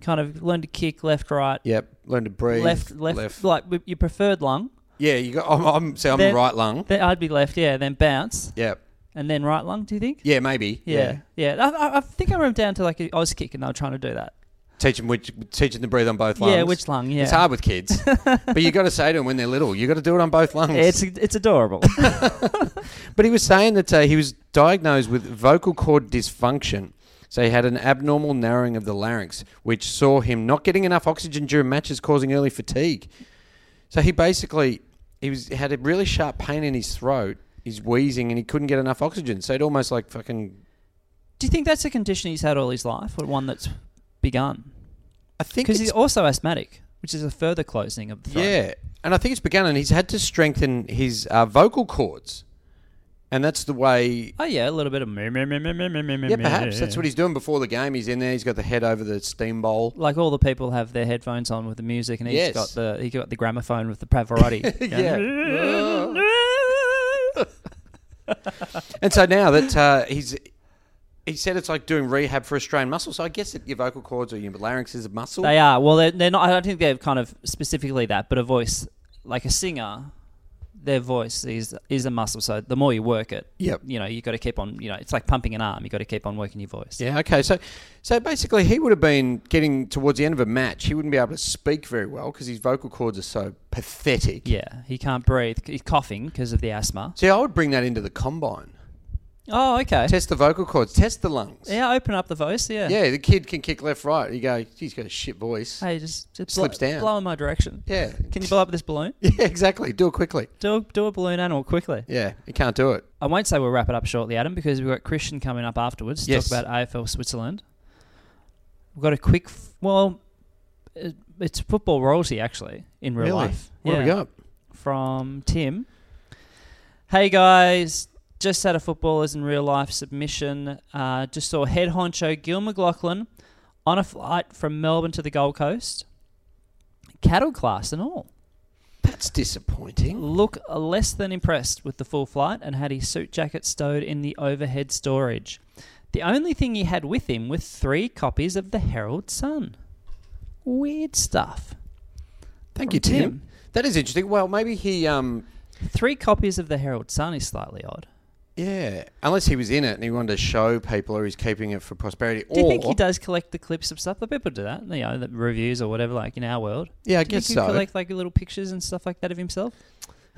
Speaker 1: Kind of learn to kick left, right,
Speaker 2: Yep. Learn to breathe
Speaker 1: left, left, like w- your preferred lung.
Speaker 2: Yeah, you got. I'm, I'm so I'm
Speaker 1: Then-
Speaker 2: right lung.
Speaker 1: Then I'd be left, yeah. Then bounce,
Speaker 2: Yep.
Speaker 1: and then right lung. Do you think?
Speaker 2: Yeah, maybe.
Speaker 1: Yeah, yeah. I, I- I think I remember down to like an Oz kick, and they were trying to do that.
Speaker 2: Teach them which teach them to breathe on both lungs.
Speaker 1: Yeah, which lung? Yeah,
Speaker 2: It's hard with kids, but you got to say to them when they're little, you got to do it on both lungs.
Speaker 1: It's it's adorable.
Speaker 2: But he was saying that uh, he was diagnosed with vocal cord dysfunction. So he had an abnormal narrowing of the larynx, which saw him not getting enough oxygen during matches, causing early fatigue. So he basically he was had a really sharp pain in his throat. He's wheezing and he couldn't get enough oxygen. So it almost like fucking.
Speaker 1: Do you think that's a condition he's had all his life, or one that's begun?
Speaker 2: I think
Speaker 1: Because he's
Speaker 2: it's,
Speaker 1: also asthmatic. which is a further closing of the throat.
Speaker 2: Yeah, and I think it's begun, and he's had to strengthen his uh, vocal cords, and that's the way.
Speaker 1: Oh yeah, a little bit of meh, meh, meh, meh, meh, meh, meh,
Speaker 2: Yeah, perhaps that's what he's doing before the game. He's in there. He's got the head over the steam bowl.
Speaker 1: like all the people have their headphones on with the music, and he's
Speaker 2: Yes.
Speaker 1: got the he got the gramophone with the Pavarotti.
Speaker 2: Yeah. And so now that uh, he's, he said it's like doing rehab for a strained muscle. So I guess that your vocal cords or your larynx is a muscle.
Speaker 1: They are. Well, they're, they're not. I don't think they're kind of specifically that, but a voice like a singer, their voice is is a muscle. So the more you work it,
Speaker 2: Yep.
Speaker 1: you know, you got to keep on. You know, it's like pumping an arm. You got to keep on working your voice.
Speaker 2: Yeah. Okay. So, so basically, he would have been getting towards the end of a match. He wouldn't be able to speak very well because his vocal cords are so pathetic.
Speaker 1: Yeah, he can't breathe. He's coughing because of the asthma.
Speaker 2: See, I would bring that into the combine.
Speaker 1: Oh, okay.
Speaker 2: Test the vocal cords. Test the lungs.
Speaker 1: yeah, open up the voice. Yeah.
Speaker 2: Yeah, the kid can kick left, right. You go, he's got a shit voice.
Speaker 1: Hey, just, just
Speaker 2: Slips
Speaker 1: blow,
Speaker 2: down.
Speaker 1: Blow in my direction.
Speaker 2: Yeah.
Speaker 1: Can you blow up this balloon?
Speaker 2: Yeah, exactly. Do it quickly.
Speaker 1: Do a, do a balloon animal quickly.
Speaker 2: Yeah, he can't do it.
Speaker 1: I won't say we'll wrap it up shortly, Adam, because we've got Christian coming up afterwards to
Speaker 2: Yes.
Speaker 1: talk about AFL Switzerland. We've got a quick, f- well, it- it's football royalty actually in real
Speaker 2: Really?
Speaker 1: life.
Speaker 2: What have we
Speaker 1: Yeah.
Speaker 2: got?
Speaker 1: From Tim. Hey guys, just had a footballers in real life submission. Uh, just saw head honcho Gil McLaughlin on a flight from Melbourne to the Gold Coast, cattle class and all
Speaker 2: That's disappointing.
Speaker 1: look less than impressed with the full flight and had his suit jacket stowed in the overhead storage. The only thing he had with him was three copies of the Herald Sun. Weird stuff.
Speaker 2: Thank
Speaker 1: From
Speaker 2: you, Tim.
Speaker 1: Tim.
Speaker 2: That is interesting. Well, maybe he, um,
Speaker 1: Three copies of the Herald Sun is slightly odd.
Speaker 2: yeah, unless he was in it and he wanted to show people or he's keeping it for prosperity.
Speaker 1: Do you
Speaker 2: or,
Speaker 1: think he does collect the clips of stuff? The people do that, you know, the reviews or whatever, like in our world.
Speaker 2: Yeah, I
Speaker 1: Do you
Speaker 2: guess
Speaker 1: think he
Speaker 2: so.
Speaker 1: collect like little pictures and stuff like that of himself?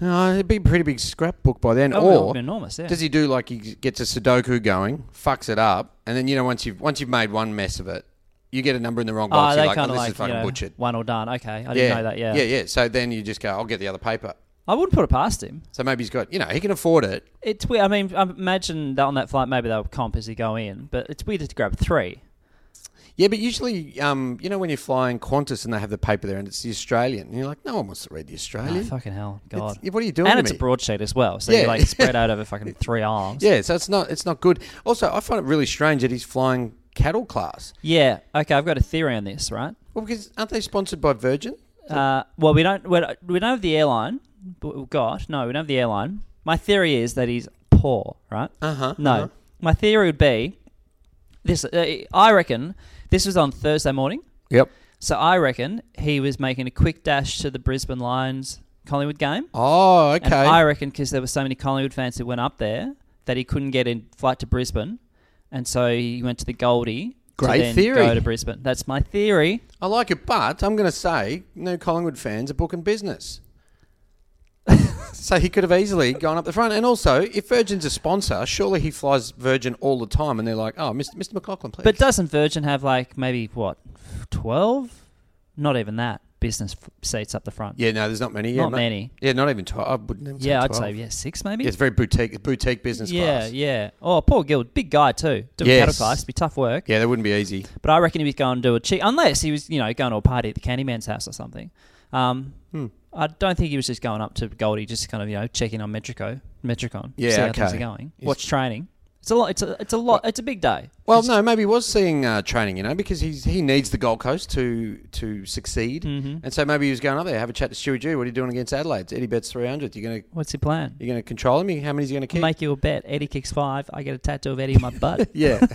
Speaker 2: No, it'd be a pretty big scrapbook by then.
Speaker 1: Oh, it
Speaker 2: or
Speaker 1: would be enormous, yeah.
Speaker 2: does he do like he gets a Sudoku going, fucks it up, and then you know once you've once you've made one mess of it, you get a number in the wrong box.
Speaker 1: oh,
Speaker 2: you're
Speaker 1: they
Speaker 2: like, oh,
Speaker 1: kind
Speaker 2: this
Speaker 1: of
Speaker 2: is
Speaker 1: like,
Speaker 2: fucking
Speaker 1: you know,
Speaker 2: butchered.
Speaker 1: one or done. Okay, I
Speaker 2: yeah.
Speaker 1: didn't know that, yeah.
Speaker 2: yeah, yeah. So then you just go, I'll get the other paper.
Speaker 1: I wouldn't put it past him.
Speaker 2: So maybe he's got, you know, he can afford it.
Speaker 1: It's weird. I mean, I imagine that on that flight, maybe they'll comp as you go in, but it's weird to grab three. Ah,
Speaker 2: Yeah, but usually, um, you know, when you're flying Qantas and they have the paper there and it's the Australian, and you're like, no one wants to read the
Speaker 1: Oh,
Speaker 2: Australian.
Speaker 1: fucking hell, God!
Speaker 2: It's- what are you doing
Speaker 1: And
Speaker 2: to
Speaker 1: it's
Speaker 2: me?
Speaker 1: a broadsheet as well, so
Speaker 2: Yeah.
Speaker 1: you're like spread out over fucking three arms.
Speaker 2: yeah, so it's not it's not good. Also, I find it really strange that he's flying cattle class.
Speaker 1: Yeah. Okay, I've got a theory on this, right?
Speaker 2: Well, because aren't they sponsored by Virgin?
Speaker 1: Uh, well, we don't we don't- we don't have the airline. but We've got no, we don't have the airline. My theory is that he's poor, right?
Speaker 2: Uh huh.
Speaker 1: No, my theory would be this. Uh, I reckon this was on Thursday morning.
Speaker 2: Yep.
Speaker 1: So I reckon he was making a quick dash to the Brisbane Lions Collingwood game.
Speaker 2: Oh, okay.
Speaker 1: And I reckon because there were so many Collingwood fans who went up there that he couldn't get in flight to Brisbane, and so he went to the Goldie.
Speaker 2: Great
Speaker 1: to then
Speaker 2: theory.
Speaker 1: Go to Brisbane. That's my theory.
Speaker 2: I like it, but I'm going to say no Collingwood fans are booking business. so he could have easily gone up the front. And also, if Virgin's a sponsor, surely he flies Virgin all the time and they're like, oh, Mr. Mr. McLaughlin, please.
Speaker 1: But doesn't Virgin have like maybe what twelve? Not even that business f- seats up the front.
Speaker 2: yeah, no, there's not many. Yeah,
Speaker 1: Not many.
Speaker 2: Yeah, not even 12. I wouldn't even
Speaker 1: Yeah,
Speaker 2: say
Speaker 1: I'd
Speaker 2: 12.
Speaker 1: say yeah, six maybe.
Speaker 2: Yeah, it's very boutique, boutique business
Speaker 1: yeah,
Speaker 2: class.
Speaker 1: yeah. Oh, Paul Gill, big guy too. Doing
Speaker 2: Yes.
Speaker 1: cattle class, it'd be tough work.
Speaker 2: Yeah, that wouldn't be easy.
Speaker 1: But I reckon he was going to do a cheat, unless he was, you know, going to a party at the Candyman's house or something. Um,
Speaker 2: Hmm.
Speaker 1: I don't think he was just going up to Goldie, just kind of, you know, checking on Metrico, Metricon.
Speaker 2: Yeah,
Speaker 1: see how things
Speaker 2: okay.
Speaker 1: are going.
Speaker 2: He's-
Speaker 1: Watch training. It's a lot. It's a. It's a lot. It's a big day.
Speaker 2: Well, no, maybe he was seeing uh, training, you know, because he's he needs the Gold Coast to to succeed,
Speaker 1: Hmm.
Speaker 2: and so maybe he was going up there have a chat to Stewie G. What are you doing against Adelaide? Eddie bets three hundred. You're gonna
Speaker 1: What's your plan?
Speaker 2: you're gonna control him. How many's he gonna kick?
Speaker 1: Make you a bet. Eddie kicks five. I get a tattoo of Eddie in my butt.
Speaker 2: Yeah.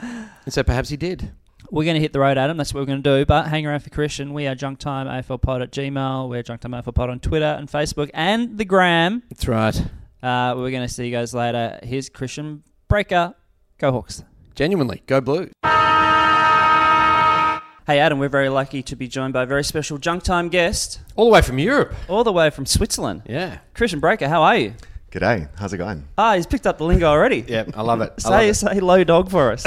Speaker 2: and so perhaps he did.
Speaker 1: We're going to hit the road, Adam. That's what we're going to do. But hang around for Christian. We are junktimeaflpod at gmail. We're junktimeaflpod on Twitter and Facebook and the gram.
Speaker 2: That's right.
Speaker 1: Uh, we're going to see you guys later. Here's Christian Breaker. Go Hawks.
Speaker 2: Genuinely, go Blues.
Speaker 1: Hey Adam, we're very lucky to be joined by a very special junk time guest,
Speaker 2: All the way from Europe.
Speaker 1: all the way from Switzerland.
Speaker 2: Yeah.
Speaker 1: Christian Breaker, how are you?
Speaker 3: G'day, how's it going?
Speaker 1: Ah, he's picked up the lingo already.
Speaker 2: Yeah, I love it. I love
Speaker 1: Say
Speaker 2: it.
Speaker 1: say low dog for us.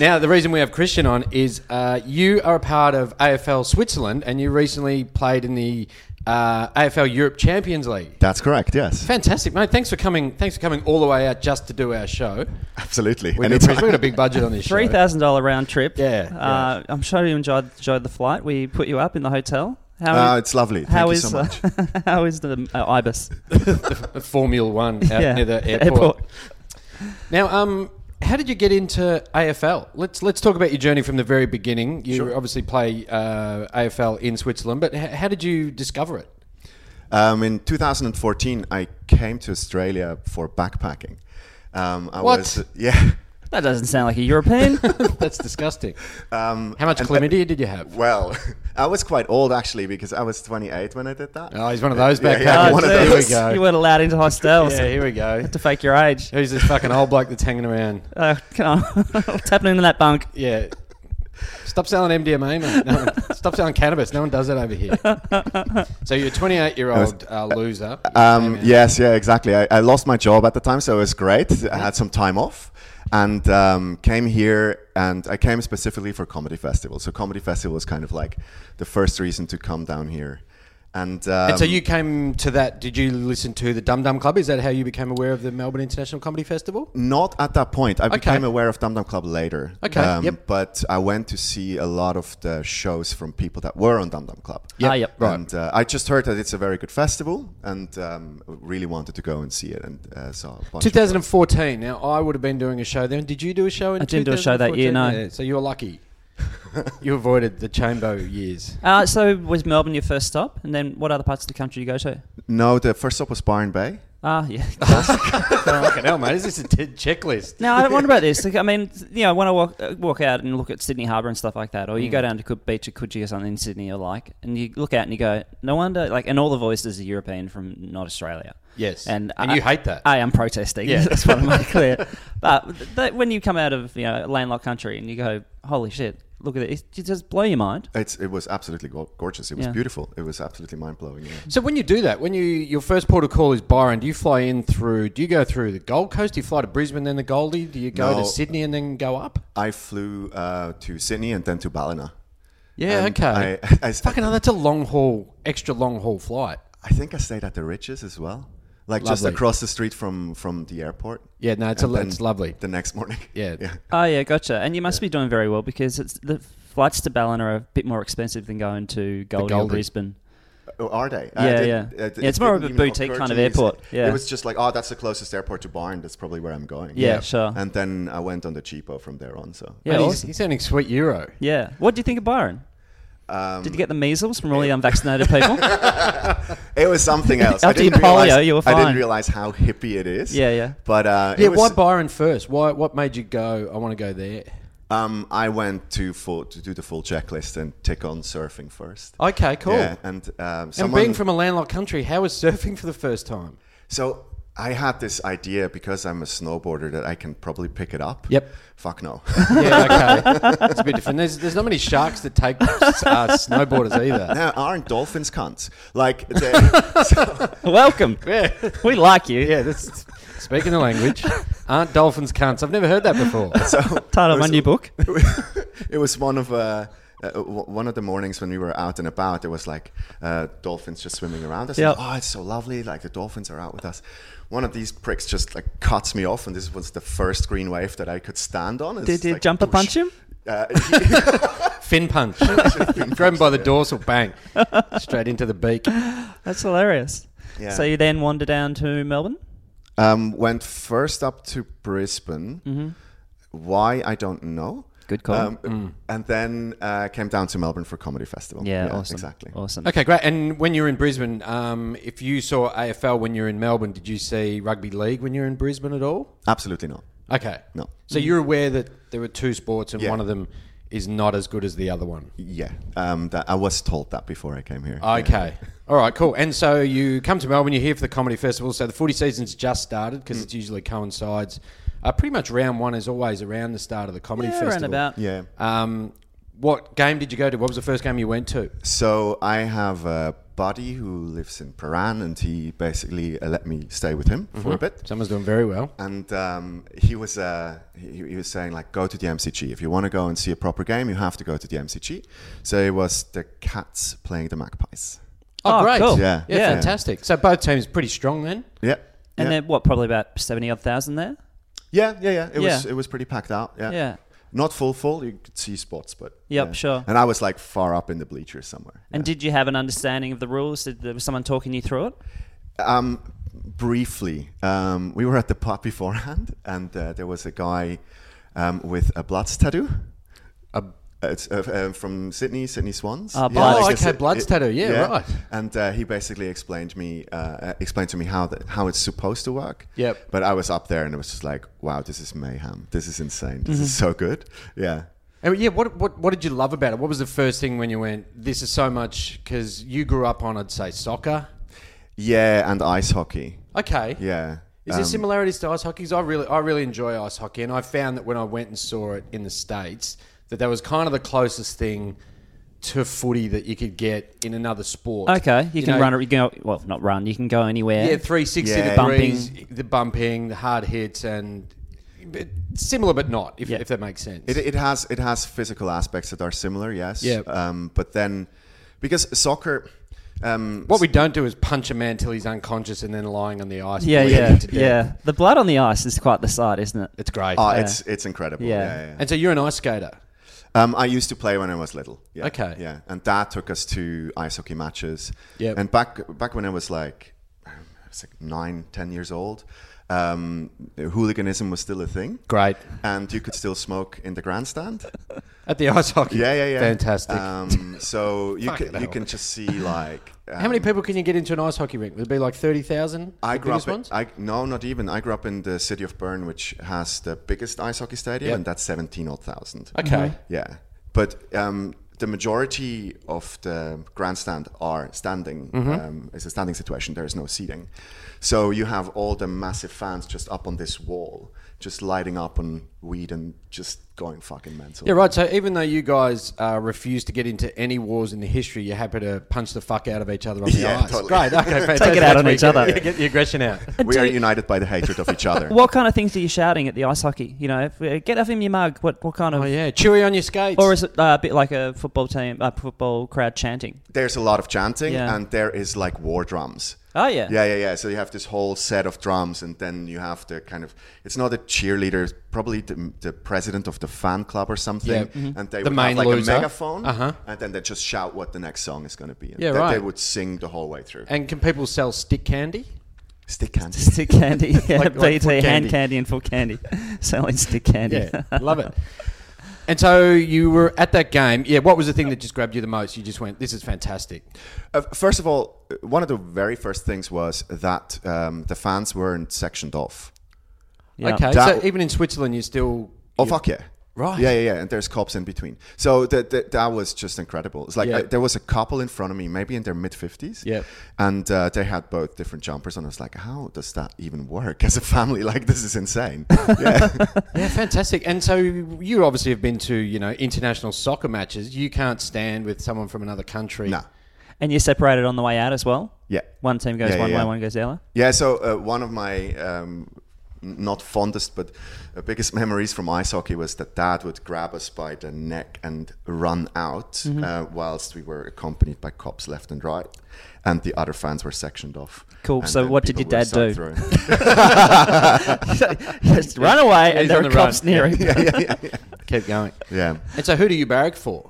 Speaker 2: Now, the reason we have Christian on is uh, you are a part of AFL Switzerland and you recently played in the uh, AFL Europe Champions League.
Speaker 3: That's correct. Yes,
Speaker 2: Fantastic, mate. Thanks for coming. Thanks for coming all the way out just to do our show.
Speaker 3: absolutely.
Speaker 2: We're going to a big budget on this show.
Speaker 1: Three thousand dollar round trip.
Speaker 2: Yeah, yeah.
Speaker 1: Uh, I'm sure you enjoyed enjoyed the flight. We put you up in the hotel.
Speaker 3: Uh, it's lovely. Thank
Speaker 1: how
Speaker 3: you
Speaker 1: is
Speaker 3: so much.
Speaker 1: uh, how is the uh, ibis?
Speaker 2: Formula One out
Speaker 1: Yeah,
Speaker 2: near the
Speaker 1: the
Speaker 2: airport.
Speaker 1: airport.
Speaker 2: Now, um, how did you get into AFL? Let's let's talk about your journey from the very beginning. You obviously play uh, AFL in Switzerland, but h- how did you discover it?
Speaker 3: Um, in 2014, I came to Australia for backpacking. Um, I
Speaker 2: What?
Speaker 3: was yeah.
Speaker 1: That doesn't sound like a European.
Speaker 2: That's disgusting. Um, how much chlamydia did you have?
Speaker 3: Well, I was quite old actually because I was 28 when I did that. Um,
Speaker 2: Oh, he's one of those
Speaker 3: Yeah,
Speaker 2: back.
Speaker 3: yeah,
Speaker 2: packers.
Speaker 3: one of
Speaker 2: here
Speaker 3: those.
Speaker 2: we go.
Speaker 1: Uh, You weren't allowed into hostels.
Speaker 2: Yeah, here we go.
Speaker 1: To fake your age.
Speaker 2: Who's this fucking old bloke that's hanging around?
Speaker 1: Uh, come on, what's happening in that bunk?
Speaker 2: Yeah. Stop selling MDMA, mate. No one- stop selling cannabis. No one does that over here. So you're a 28 year old uh, loser.
Speaker 3: Um, yes, yeah, exactly. I, I lost my job at the time, so it was great. I had some time off and um, came here, and I came specifically for comedy festival. So comedy festival was kind of like the first reason to come down here. And, um,
Speaker 2: And so you came to that. Did you listen to the Dum Dum Club? Is that how you became aware of the Melbourne International Comedy Festival?
Speaker 3: not at that point. I
Speaker 2: Okay.
Speaker 3: became aware of Dum Dum Club later. Um,
Speaker 2: Okay, yep.
Speaker 3: But I went to see a lot of the shows from people that were on Dum Dum Club.
Speaker 1: Yep. Ah, yep.
Speaker 2: Right.
Speaker 3: And uh, I just heard that it's a very good festival, and um, really wanted to go and see it, and uh, saw. A bunch of-
Speaker 2: 2014. Now I would have been doing a show then. Did you do a show in?
Speaker 1: I didn't do a show that year,
Speaker 2: 2014?
Speaker 1: no.
Speaker 2: Yeah, so you were lucky. you avoided the Chambo years.
Speaker 1: Uh, so was Melbourne your first stop, and then what other parts of the country you go to?
Speaker 3: no, the first stop was Byron Bay.
Speaker 1: Ah, yeah.
Speaker 2: Fucking hell, mate! Is this a t- checklist?
Speaker 1: No, I don't wonder about this. Like, I mean, you know, when I walk uh, walk out and look at Sydney Harbour and stuff like that, or you
Speaker 2: Mm.
Speaker 1: go down to Cook Beach or Coogee or something in Sydney, or like, and you look out and you go, no wonder, like, and all the voices are European from not Australia.
Speaker 2: Yes.
Speaker 1: and,
Speaker 2: And
Speaker 1: I-
Speaker 2: you hate that.
Speaker 1: I am protesting.
Speaker 2: Yeah.
Speaker 1: that's what I make clear. But that, when you come out of you know landlocked country and you go, holy shit, look at it, it, it just blow your mind.
Speaker 3: It's, it was absolutely go- gorgeous. It was
Speaker 1: Yeah.
Speaker 3: beautiful. It was absolutely mind blowing. Yeah.
Speaker 2: So when you do that, when you your first port of call is Byron, do you fly in through? Do you go through the Gold Coast? Do you fly to Brisbane, then the Goldie? Do you go
Speaker 3: No.
Speaker 2: to Sydney and then go up?
Speaker 3: I flew uh, to Sydney and then to Ballina.
Speaker 2: Yeah,
Speaker 3: And
Speaker 2: okay.
Speaker 3: I, I, st-
Speaker 2: Um, Fucking hell, that's a long haul, extra long haul flight.
Speaker 3: I think I stayed at the Riches as well, like just
Speaker 2: Lovely.
Speaker 3: across the street from from the airport.
Speaker 2: Yeah, no, it's, a,
Speaker 3: And then
Speaker 2: it's lovely.
Speaker 3: The next morning.
Speaker 2: Yeah.
Speaker 3: yeah.
Speaker 1: Oh yeah, gotcha. And you must be doing very well because it's the flights to Ballina are a bit more expensive than going to Goldie, or
Speaker 2: Goldie.
Speaker 1: Brisbane.
Speaker 3: Oh, are they?
Speaker 1: Yeah,
Speaker 3: didn't-
Speaker 1: yeah.
Speaker 3: it-
Speaker 1: Yeah,
Speaker 3: it
Speaker 1: it's more of
Speaker 3: didn't
Speaker 1: a
Speaker 3: even
Speaker 1: boutique
Speaker 3: occur
Speaker 1: kind
Speaker 3: to
Speaker 1: of
Speaker 3: me.
Speaker 1: airport, yeah.
Speaker 3: It was just like, oh, that's the closest airport to Barn. That's probably where I'm going.
Speaker 1: Yeah, sure.
Speaker 3: And then I went on the cheapo from there on. So
Speaker 1: Yeah,
Speaker 2: Mate, he's,
Speaker 1: awesome.
Speaker 2: he's earning sweet euro.
Speaker 1: yeah. What do you think of Byron?
Speaker 3: um,
Speaker 1: Did you get the measles from all the unvaccinated people?
Speaker 3: it was something else. I
Speaker 1: After your
Speaker 3: didn't
Speaker 1: polio,
Speaker 3: realize,
Speaker 1: you were
Speaker 3: I
Speaker 1: fine.
Speaker 3: didn't realize how hippie it is.
Speaker 1: Yeah, yeah.
Speaker 3: But uh, it
Speaker 2: Yeah,
Speaker 3: was-
Speaker 2: why Byron first? Why? What made you go? I want to go there.
Speaker 3: Um, I went to full, to do the full checklist and tick on surfing first.
Speaker 2: Okay, Oh, cool.
Speaker 3: Yeah, and um,
Speaker 2: and
Speaker 3: someone,
Speaker 2: being from a landlocked country, how was surfing for the first time?
Speaker 3: so I had this idea because I'm a snowboarder that I can probably pick it up.
Speaker 2: Yep.
Speaker 3: Fuck no.
Speaker 2: Yeah, okay, it's a bit different. There's, there's not many sharks that take uh, snowboarders either.
Speaker 3: now, aren't dolphins cunts? Like, they- so-
Speaker 1: Welcome.
Speaker 2: Yeah,
Speaker 1: We like you.
Speaker 2: yeah. That's speaking the language. Aren't dolphins cunts? I've never heard that before.
Speaker 3: so
Speaker 1: Title of
Speaker 3: it
Speaker 1: my
Speaker 3: was-
Speaker 1: new book.
Speaker 3: it was one of uh, uh, w- one of the mornings when we were out and about. It was like uh, dolphins just swimming around us.
Speaker 1: Yeah.
Speaker 3: Oh, it's so lovely! Like the dolphins are out with us. One of these pricks just like cuts me off, and this was the first green wave that I could stand on. It's
Speaker 1: Did you
Speaker 3: like,
Speaker 1: jumper
Speaker 3: whoosh.
Speaker 1: punch him?
Speaker 3: Uh,
Speaker 2: Fin punch, grabbed by the dorsal, bang, straight into the beak.
Speaker 1: That's hilarious.
Speaker 3: Yeah.
Speaker 1: So you then wander down to Melbourne?
Speaker 3: um, went first up to Brisbane. Why I don't know.
Speaker 1: Mm-hmm. Good call.
Speaker 3: Um, And then uh, came down to Melbourne for comedy festival.
Speaker 1: yeah, awesome.
Speaker 3: exactly.
Speaker 1: Awesome.
Speaker 2: Okay, great. And when you're in Brisbane, um, if you saw AFL when you're in Melbourne, did you see rugby league when you're in Brisbane at all?
Speaker 3: Absolutely not.
Speaker 2: Okay.
Speaker 3: No.
Speaker 2: So you're aware that there are two sports and
Speaker 3: Yeah.
Speaker 2: one of them is not as good as the other one.
Speaker 3: Yeah, um, that, I was told that before I came here.
Speaker 2: Okay. All right, cool. And so you come to Melbourne, you're here for the comedy festival. So the footy season's just started because
Speaker 1: Mm.
Speaker 2: it usually coincides. Uh, pretty much round one is always around the start of the comedy
Speaker 1: Yeah,
Speaker 2: festival.
Speaker 1: around about.
Speaker 3: Yeah.
Speaker 2: Um, what game did you go to? What was the first game you went to?
Speaker 3: So I have a buddy who lives in Paran, and he basically uh, let me stay with him for a
Speaker 1: Mm-hmm.
Speaker 3: bit.
Speaker 2: Someone's doing very well.
Speaker 3: And um, he was uh, he, he was saying like, go to the MCG if you want to go and see a proper game, you have to go to the MCG. So it was the Cats playing the Magpies.
Speaker 2: Oh,
Speaker 1: Oh,
Speaker 2: great.
Speaker 1: cool.
Speaker 2: Yeah. yeah,
Speaker 3: Yeah.
Speaker 1: Yeah.
Speaker 2: fantastic. So both teams pretty strong then.
Speaker 3: Yeah.
Speaker 1: And
Speaker 3: yeah.
Speaker 1: then what? Probably about seventy odd thousand there.
Speaker 3: yeah, yeah, yeah. It was
Speaker 1: Yeah.
Speaker 3: it was pretty packed out. Yeah.
Speaker 1: Yeah.
Speaker 3: Not full full. You could see spots, but
Speaker 1: Yep,
Speaker 3: yeah.
Speaker 1: sure.
Speaker 3: And I was like far up in the bleachers somewhere.
Speaker 1: And did you have an understanding of the rules? Did there was someone talking you through it?
Speaker 3: Um, briefly, um, we were at the pub beforehand, and uh, there was a guy um, with a Bloods tattoo.
Speaker 2: A-
Speaker 3: Uh, It's uh, uh, from Sydney, Sydney Swans.
Speaker 1: Ah, Bloods.
Speaker 2: Oh,
Speaker 3: I guess
Speaker 2: okay, Bloods tattoo, yeah, right.
Speaker 3: And uh, he basically explained me, uh, uh, explained to me how that how it's supposed to work.
Speaker 2: Yep.
Speaker 3: But I was up there, and it was just like, wow, this is mayhem. This is insane. This
Speaker 2: Mm-hmm.
Speaker 3: is so good. Yeah.
Speaker 2: And yeah, what, what what did you love about it? What was the first thing when you went? This is so much because you grew up on, I'd say, soccer.
Speaker 3: Yeah, and ice hockey.
Speaker 2: Okay.
Speaker 3: Yeah.
Speaker 2: Is there
Speaker 3: Um,
Speaker 2: similarities to ice hockey? 'Cause I really, I really enjoy ice hockey, and I found that when I went and saw it in the states, that that was kind of the closest thing to footy that you could get in another sport.
Speaker 1: Okay, you, can
Speaker 2: know,
Speaker 1: run. You can go, well, not run. You can go anywhere.
Speaker 2: Yeah, three sixty
Speaker 3: Yeah.
Speaker 2: degrees, the bumping, the hard hits, and but similar but not, if,
Speaker 1: Yeah.
Speaker 2: if that makes sense.
Speaker 3: It, it has it has physical aspects that are similar, yes.
Speaker 2: Yeah.
Speaker 3: Um, but then, because soccer, um,
Speaker 2: what we don't do is punch a man till he's unconscious and then lying on the ice.
Speaker 1: yeah,
Speaker 2: bleeding
Speaker 1: yeah,
Speaker 2: to death.
Speaker 1: yeah. The blood on the ice is quite the sight, isn't it?
Speaker 2: It's great.
Speaker 3: oh, it's it's incredible.
Speaker 1: Yeah.
Speaker 3: Yeah. yeah, yeah.
Speaker 2: and so you're an ice skater.
Speaker 3: Um, I used to play when I was little. Yeah.
Speaker 2: Okay.
Speaker 3: Yeah, and that took us to ice hockey matches.
Speaker 2: Yep.
Speaker 3: And back back when I was like, I was like nine, ten years old, um, hooliganism was still a thing.
Speaker 2: Great
Speaker 3: And you could still smoke in the grandstand.
Speaker 2: at the ice hockey.
Speaker 3: Yeah, yeah, yeah.
Speaker 2: Fantastic.
Speaker 3: Um, so you
Speaker 2: Fucking
Speaker 3: can you
Speaker 2: hell.
Speaker 3: can just see like
Speaker 2: How many people can you get into an ice hockey rink? Would it be like thirty thousand?
Speaker 3: I grew up.
Speaker 2: ones.
Speaker 3: I no, not even. I grew up in the city of Bern, which has the biggest ice hockey stadium,
Speaker 2: Yep.
Speaker 3: and that's seventeen odd thousand.
Speaker 2: okay.
Speaker 1: Mm-hmm.
Speaker 3: Yeah, but um, the majority of the grandstand are standing.
Speaker 2: Mm-hmm.
Speaker 3: Um, it's a standing situation. There is no seating, so you have all the massive fans just up on this wall, just lighting up on weed and just going fucking mental.
Speaker 2: Yeah, right. So even though you guys uh, refuse to get into any wars in the history, you're happy to punch the fuck out of each other on the
Speaker 3: Yeah,
Speaker 2: ice.
Speaker 3: totally.
Speaker 2: Great. Okay. fantastic.
Speaker 1: Take it out on each other.
Speaker 2: Get, get the aggression out.
Speaker 3: We are united by the hatred of each other.
Speaker 1: What kind of things are you shouting at the ice hockey? You know, if, uh, get off him, your mug. What what kind of?
Speaker 2: Oh yeah, chewy on your skates.
Speaker 1: Or is it uh, a bit like a football team, uh, football crowd chanting?
Speaker 3: There's a lot of chanting,
Speaker 1: Yeah.
Speaker 3: and there is like war drums.
Speaker 1: Oh yeah,
Speaker 3: Yeah, yeah, yeah. So you have this whole set of drums, and then you have the kind of it's not a cheerleader, it's probably the, the president of the fan club or something,
Speaker 2: Yeah. Mhm.
Speaker 3: and they
Speaker 2: The
Speaker 3: would
Speaker 2: main
Speaker 3: have like
Speaker 2: loser.
Speaker 3: a megaphone,
Speaker 2: Uh-huh.
Speaker 3: and then they just shout what the next song is going to be. And
Speaker 2: Yeah,
Speaker 3: then
Speaker 2: right.
Speaker 3: They would sing the whole way through.
Speaker 2: and can people sell stick candy?
Speaker 3: Stick hand.
Speaker 1: Stick candy, yeah,
Speaker 2: Like- like
Speaker 1: BT,
Speaker 2: foot
Speaker 1: hand
Speaker 2: candy.
Speaker 1: candy and full candy, selling stick candy.
Speaker 2: Yeah, love it. And so you were at that game. Yeah, what was the thing that just grabbed you the most? You just went, "This is fantastic."
Speaker 3: Uh, first of all, uh, one of the very first things was that um, the fans weren't sectioned off.
Speaker 1: Yeah.
Speaker 2: Okay,
Speaker 3: That-
Speaker 2: so even in Switzerland, you still
Speaker 3: Oh fuck yeah!
Speaker 2: Right.
Speaker 3: Yeah, yeah, yeah. And there's cops in between. So that that, that was just incredible. It's like
Speaker 2: Yeah.
Speaker 3: I, there was a couple in front of me, maybe in their mid fifties.
Speaker 2: Yep.
Speaker 3: And uh, they had both different jumpers, and I was like, how does that even work as a family? Like this is insane. yeah.
Speaker 2: Yeah, fantastic. And so you obviously have been to you know international soccer matches. You can't stand with someone from another country.
Speaker 3: Nah.
Speaker 1: And you're separated on the way out as well.
Speaker 3: Yeah.
Speaker 1: One team goes
Speaker 3: Yeah, yeah,
Speaker 1: one way,
Speaker 3: yeah.
Speaker 1: one goes the other.
Speaker 3: Yeah. So uh, one of my um, n- not fondest but uh, biggest memories from ice hockey was that dad would grab us by the neck and run out
Speaker 1: Mm-hmm.
Speaker 3: uh, whilst we were accompanied by cops left and right, and the other fans were sectioned off.
Speaker 1: Cool.
Speaker 3: And
Speaker 1: So
Speaker 3: then
Speaker 1: what did
Speaker 3: people
Speaker 1: your
Speaker 3: were
Speaker 1: dad
Speaker 3: start
Speaker 1: do?
Speaker 3: throwing-
Speaker 1: Just run away,
Speaker 2: he's
Speaker 1: and there
Speaker 2: on
Speaker 1: are
Speaker 2: the run.
Speaker 1: cops near him.
Speaker 3: yeah, yeah, yeah.
Speaker 2: Keep going.
Speaker 3: yeah.
Speaker 2: And so who do you barrack for?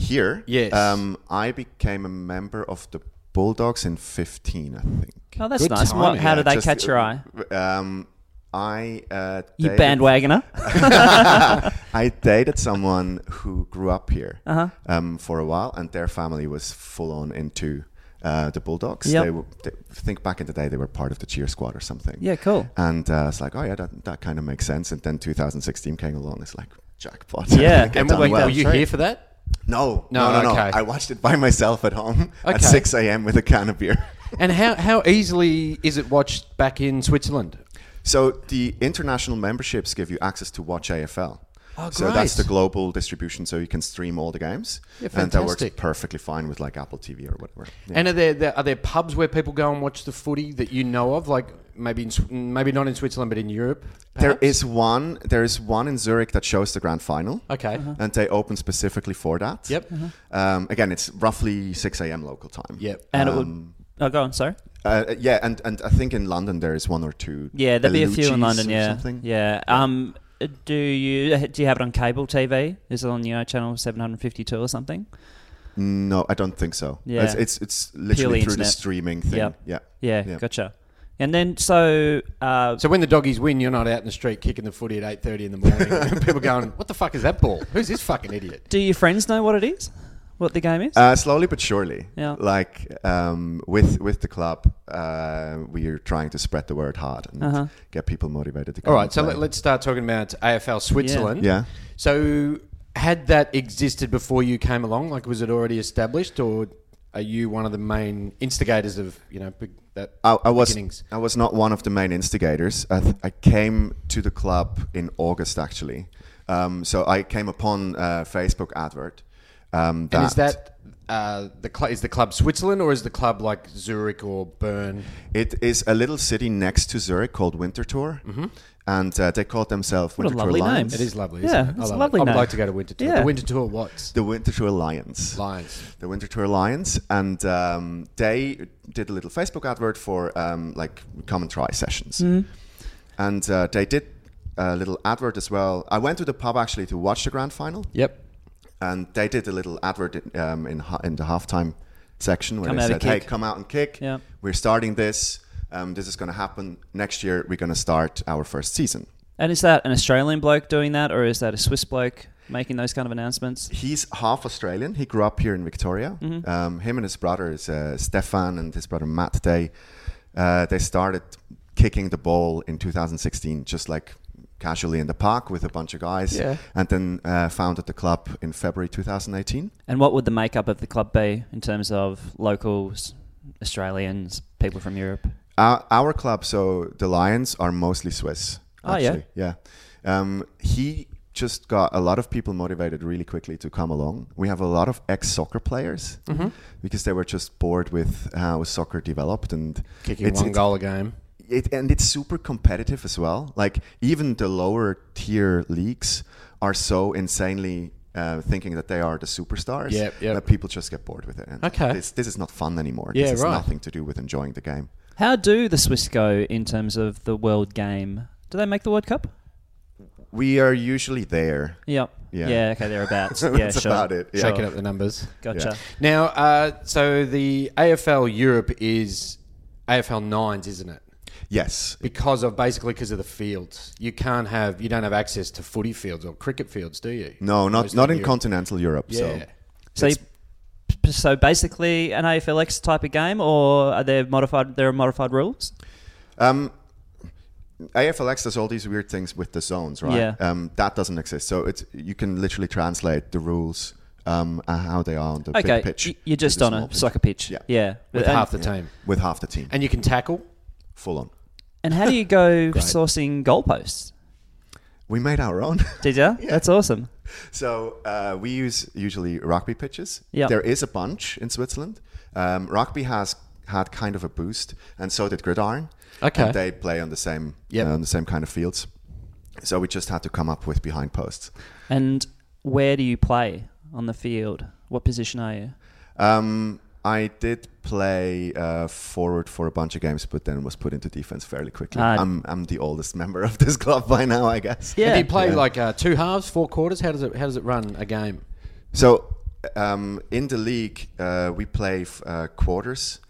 Speaker 3: Here,
Speaker 2: Yes.
Speaker 3: um, I became a member of the Bulldogs in 15, I think.
Speaker 1: Oh, that's
Speaker 2: Good
Speaker 1: nice. What,
Speaker 2: timing.
Speaker 1: how
Speaker 3: Yeah,
Speaker 1: did they
Speaker 3: just,
Speaker 1: catch your
Speaker 3: uh,
Speaker 1: eye?
Speaker 3: Um, I uh,
Speaker 1: You
Speaker 3: dated-
Speaker 1: bandwagoner.
Speaker 3: I dated someone who grew up here
Speaker 1: Uh-huh.
Speaker 3: um, for a while, and their family was full on into uh, the Bulldogs.
Speaker 1: Yep.
Speaker 3: They were, they, think back in the day, they were part of the cheer squad or something.
Speaker 1: yeah, cool.
Speaker 3: And uh, it's like, oh yeah, that, that kind of makes sense. And then 2016 came along. It's like jackpot.
Speaker 1: Yeah.
Speaker 3: Get
Speaker 2: And
Speaker 3: done
Speaker 2: were,
Speaker 1: well.
Speaker 2: were you here for that?
Speaker 3: No,
Speaker 2: No,
Speaker 3: no, no, no.
Speaker 2: okay.
Speaker 3: I watched it by myself at home
Speaker 2: Okay.
Speaker 3: at 6 a.m. with a can of beer.
Speaker 2: And how, how easily is it watched back in Switzerland?
Speaker 3: So the international memberships give you access to Watch AFL.
Speaker 2: Oh,
Speaker 3: So that's the
Speaker 2: great.
Speaker 3: global distribution, so you can stream all the games,
Speaker 2: Yeah,
Speaker 3: and that works
Speaker 2: fantastic.
Speaker 3: perfectly fine with like Apple TV or whatever. Yeah.
Speaker 2: And are there, there are there pubs where people go and watch the footy that you know of? Like maybe in, Sw- maybe not in Switzerland, but in Europe.
Speaker 3: There
Speaker 2: perhaps?
Speaker 3: is one. There is one in Zurich that shows the grand final,
Speaker 2: Okay.
Speaker 1: Uh-huh.
Speaker 3: and they open specifically for that.
Speaker 2: Yep.
Speaker 3: Um, again, it's roughly 6 a.m. local time.
Speaker 2: Yep.
Speaker 1: And
Speaker 2: Um,
Speaker 1: it would. Oh, go on. Sorry.
Speaker 3: Uh, yeah, and, and I think in London there is one or two.
Speaker 1: Yeah, there'll be a few in
Speaker 3: Bellucci's
Speaker 1: London.
Speaker 3: or
Speaker 1: Yeah,
Speaker 3: something.
Speaker 1: yeah. Um, do you do you have it on cable TV? Is it on you know channel seven hundred fifty two or something?
Speaker 3: No, I don't think so.
Speaker 1: Yeah.
Speaker 3: It's it's, it's literally
Speaker 1: Purely
Speaker 3: through the
Speaker 1: internet.
Speaker 3: streaming thing.
Speaker 1: Yep.
Speaker 3: Yeah.
Speaker 1: Yeah,
Speaker 3: Yeah.
Speaker 1: gotcha. And then so uh,
Speaker 2: So when the doggies win, you're not out in the street kicking the footy at eight thirty in the morning. People going, "What the fuck is that ball? Who's this fucking idiot?"
Speaker 1: Do your friends know what it is? What the game is?
Speaker 3: Uh, slowly but surely.
Speaker 1: Yeah.
Speaker 3: Like um, with with the club, uh, we are trying to spread the word hard and
Speaker 1: Uh-huh.
Speaker 3: get people motivated to come.
Speaker 2: All right,
Speaker 3: and
Speaker 2: so
Speaker 3: play.
Speaker 2: let, let's start talking about AFL Switzerland.
Speaker 3: Yeah.
Speaker 2: So had that existed before you came along? Like, was it already established, or are you one of the main instigators of you know big, that?
Speaker 3: I, I was
Speaker 2: beginnings?
Speaker 3: I was not one of the main instigators. I, th- I came to the club in August actually. Um, so I came upon a Facebook advert. Um,
Speaker 2: And is that uh, the cl- is the club Switzerland or is the club like Zurich or Bern?
Speaker 3: It is a little city next to Zurich called Winterthur,
Speaker 2: Mm-hmm.
Speaker 3: and uh, they call themselves
Speaker 1: What a
Speaker 3: Winterthur
Speaker 1: lovely name.
Speaker 3: Lions.
Speaker 2: It is lovely.
Speaker 1: Yeah,
Speaker 2: isn't it? I
Speaker 1: it's a
Speaker 2: love
Speaker 1: lovely
Speaker 2: It. I would
Speaker 1: name.
Speaker 2: like to go to Winter Tour.
Speaker 1: Yeah.
Speaker 2: The Winter Tour what's
Speaker 3: the Winterthur Lions.
Speaker 2: Lions.
Speaker 3: the Winter Tour Alliance, and um, they did a little Facebook advert for um, like come and try sessions,
Speaker 1: Mm-hmm.
Speaker 3: and uh, they did a little advert as well. I went to the pub actually to watch the grand final,
Speaker 2: Yep.
Speaker 3: and they did a little advert in um, in, ha- in the halftime section where
Speaker 1: Come
Speaker 3: they
Speaker 1: out
Speaker 3: said,
Speaker 1: and
Speaker 3: "Hey,
Speaker 1: kick."
Speaker 3: come out and kick.
Speaker 1: Yeah.
Speaker 3: We're starting this. Um, this is going to happen next year. We're going to start our first season."
Speaker 1: And is that an Australian bloke doing that, or is that a Swiss bloke making those kind of announcements?
Speaker 3: he's half Australian. He grew up here in Victoria. Um, him and his brother is uh, Stefan and his brother Matt. They uh, they started kicking the ball in 2016, just like casually in the park with a bunch of guys,
Speaker 2: Yeah.
Speaker 3: and then uh, founded the club in February 2018.
Speaker 1: And what would the makeup of the club be in terms of locals, Australians, people from Europe?
Speaker 3: Our, our club, so the Lions, are mostly Swiss.
Speaker 2: Ah,
Speaker 1: Oh, yeah?
Speaker 3: actually. yeah. Um, he just got a lot of people motivated really quickly to come along. We have a lot of ex-soccer players
Speaker 2: Mm-hmm.
Speaker 3: because they were just bored with how soccer developed and
Speaker 2: Kicking
Speaker 3: it's-
Speaker 2: one
Speaker 3: it's-
Speaker 2: goal a game.
Speaker 3: It, and it's super competitive as well. Like even the lower tier leagues are so insanely. Uh, thinking that they are the superstars,
Speaker 2: Yep, yep.
Speaker 3: that people just get bored with it. And
Speaker 2: Okay.
Speaker 3: this, this is not fun anymore.
Speaker 2: Yeah,
Speaker 3: this is
Speaker 2: right.
Speaker 3: nothing to do with enjoying the game.
Speaker 1: How do the Swiss go in terms of the world game? Do they make the World Cup?
Speaker 3: We are usually there.
Speaker 1: Yep.
Speaker 3: Yeah.
Speaker 1: Yeah. Okay. Thereabouts. yeah.
Speaker 3: That's
Speaker 1: sure.
Speaker 3: about it, yeah.
Speaker 1: Sure.
Speaker 2: Shaking up the numbers.
Speaker 1: Gotcha.
Speaker 2: Now, uh, so the AFL Europe is AFL nines, isn't it?
Speaker 3: Yes.
Speaker 2: Because of basically because of the fields, you can't have you don't have access to footy fields or cricket fields, do you?
Speaker 3: No, not
Speaker 2: Mostly
Speaker 3: not in
Speaker 2: Europe.
Speaker 3: continental Europe.
Speaker 2: Yeah.
Speaker 3: So
Speaker 1: So, you, p- so basically an AFLX type of game, or are there modified? There are modified rules.
Speaker 3: um, AFLX does all these weird things with the zones, right?
Speaker 1: Yeah.
Speaker 3: Um, that doesn't exist. So it's you can literally translate the rules um, and how they are on the
Speaker 1: Okay.
Speaker 3: big pitch.
Speaker 1: y- You're
Speaker 3: to the
Speaker 1: just on
Speaker 3: small
Speaker 1: a
Speaker 3: pitch.
Speaker 1: soccer pitch.
Speaker 3: Yeah.
Speaker 1: Yeah.
Speaker 2: with
Speaker 1: And-
Speaker 2: half the team,
Speaker 3: with half the team,
Speaker 2: and you can tackle.
Speaker 3: full on.
Speaker 1: And how do you go
Speaker 2: Great.
Speaker 1: sourcing goalposts?
Speaker 3: We made our own.
Speaker 1: Did you? That's awesome.
Speaker 3: So uh, we use usually rugby pitches.
Speaker 1: Yeah.
Speaker 3: There is a bunch in Switzerland. Um, rugby has had kind of a boost, and so did gridiron.
Speaker 2: Okay.
Speaker 3: And they play on the same
Speaker 2: Yep.
Speaker 3: on the same kind of fields. So we just had to come up with behind posts.
Speaker 1: And where do you play on the field? What position are you?
Speaker 3: Um, I did play uh, forward for a bunch of games, but then was put into defense fairly quickly.
Speaker 1: Ah.
Speaker 3: I'm I'm the oldest member of this club by now, I guess.
Speaker 1: Yeah.
Speaker 2: And do you play like uh, two halves, four quarters? How does it how does it run a game?
Speaker 3: So, um, in the league, uh, we play f- uh, quarters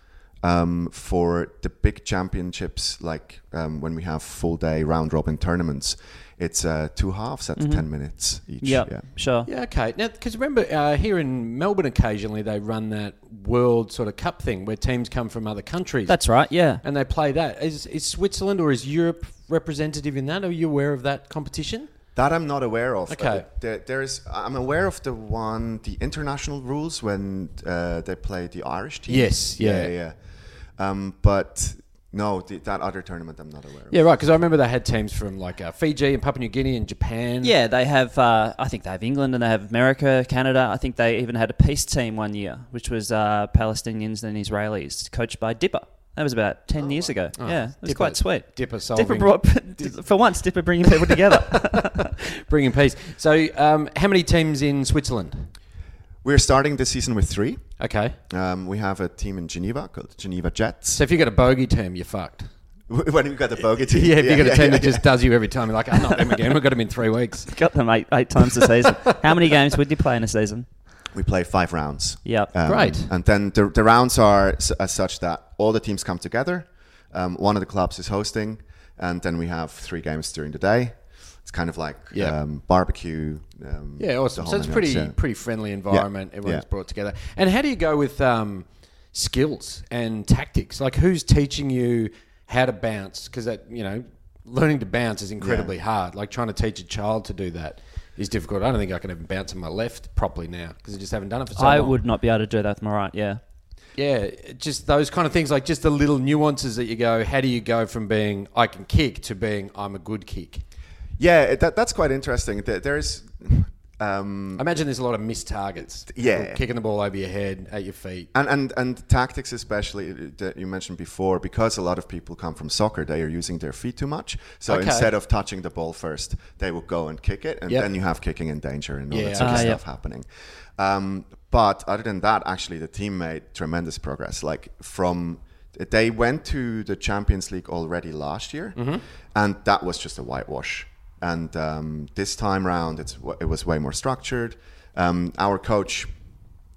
Speaker 3: um, for the big championships. Like um, when we have full day round robin tournaments, it's uh, two halves at ten minutes each.
Speaker 1: Yep, Sure.
Speaker 2: Mm-hmm. Yeah, okay. Now, because remember, uh, here in Melbourne, occasionally they run that World sort of Cup thing where teams come from other countries
Speaker 1: That's right. Yeah.
Speaker 2: and they play that. Is, is Switzerland or is Europe representative in that? Are you aware of that competition?
Speaker 3: That I'm not aware of.
Speaker 2: Okay.
Speaker 3: Uh, there, there is. I'm aware of the one, the international rules when uh, they play the Irish team.
Speaker 2: Yes, yeah.
Speaker 3: yeah. yeah. Um, but no, the, that other tournament I'm not aware of.
Speaker 2: Yeah, right. Because I remember they had teams from like uh, Fiji and Papua New Guinea and Japan.
Speaker 1: Yeah, they have. Uh, I think they have England and they have America, Canada. I think they even had a peace team one year, which was uh, Palestinians and Israelis, coached by Dipper.
Speaker 4: That was about 10 years ago. yeah, it was
Speaker 2: Oh, Dipper-
Speaker 4: quite sweet.
Speaker 2: Dipper solving.
Speaker 4: Dipper brought, for once, Dipper bringing people together.
Speaker 2: bringing peace. So, um, how many teams in Switzerland?
Speaker 3: We're starting this season with three.
Speaker 2: Okay.
Speaker 3: Um, we have a team in Geneva called Geneva Jets.
Speaker 2: So if you got a bogey team, you're fucked.
Speaker 3: when you've got the bogey team,
Speaker 2: Yeah, if you got a team
Speaker 3: yeah,
Speaker 2: that just does you every time, you're like, oh, not them again. We've got them in three weeks.
Speaker 4: Got them eight, eight times a season. How many games would you play in a season?
Speaker 3: we play five rounds. Um,
Speaker 4: Yep.
Speaker 2: Great.
Speaker 3: And then the, the rounds are s- as such that all the teams come together. Um, one of the clubs is hosting, and then we have three games during the day. It's kind of like
Speaker 2: Yeah.
Speaker 3: um, barbecue. Um,
Speaker 2: Yeah, awesome.
Speaker 3: the
Speaker 2: So it's
Speaker 3: whole nine
Speaker 2: pretty
Speaker 3: yards, yeah.
Speaker 2: pretty friendly environment. Everyone's
Speaker 3: Yeah.
Speaker 2: brought together. And how do you go with um, skills and tactics? Like, who's teaching you how to bounce? Because that you know, learning to bounce is incredibly hard. Like trying to teach a child to do that is difficult. I don't think I can even bounce on my left properly now because I just haven't done it for so
Speaker 4: I
Speaker 2: long.
Speaker 4: would not be able to do that with my right, yeah.
Speaker 2: Yeah, just those kind of things, like just the little nuances that you go. How do you go from being I can kick to being I'm a good kick?
Speaker 3: Yeah, it- that, that's quite interesting. There, there is. Um,
Speaker 2: I imagine there's a lot of missed targets.
Speaker 3: Yeah.
Speaker 2: People kicking the ball over your head, at your feet.
Speaker 3: and, and and tactics especially uh, that you mentioned before because a lot of people come from soccer they are using their feet too much so
Speaker 2: Okay.
Speaker 3: instead of touching the ball first they will go and kick it and
Speaker 2: Yep.
Speaker 3: then you have kicking in danger and all
Speaker 2: Yeah,
Speaker 3: that sort of
Speaker 4: okay. Ah,
Speaker 3: stuff happening um, but other than that actually the team made tremendous progress like from they went to the Champions League already last year
Speaker 2: Mm-hmm.
Speaker 3: and that was just a whitewash and um, this time round it's w- it was way more structured um, our coach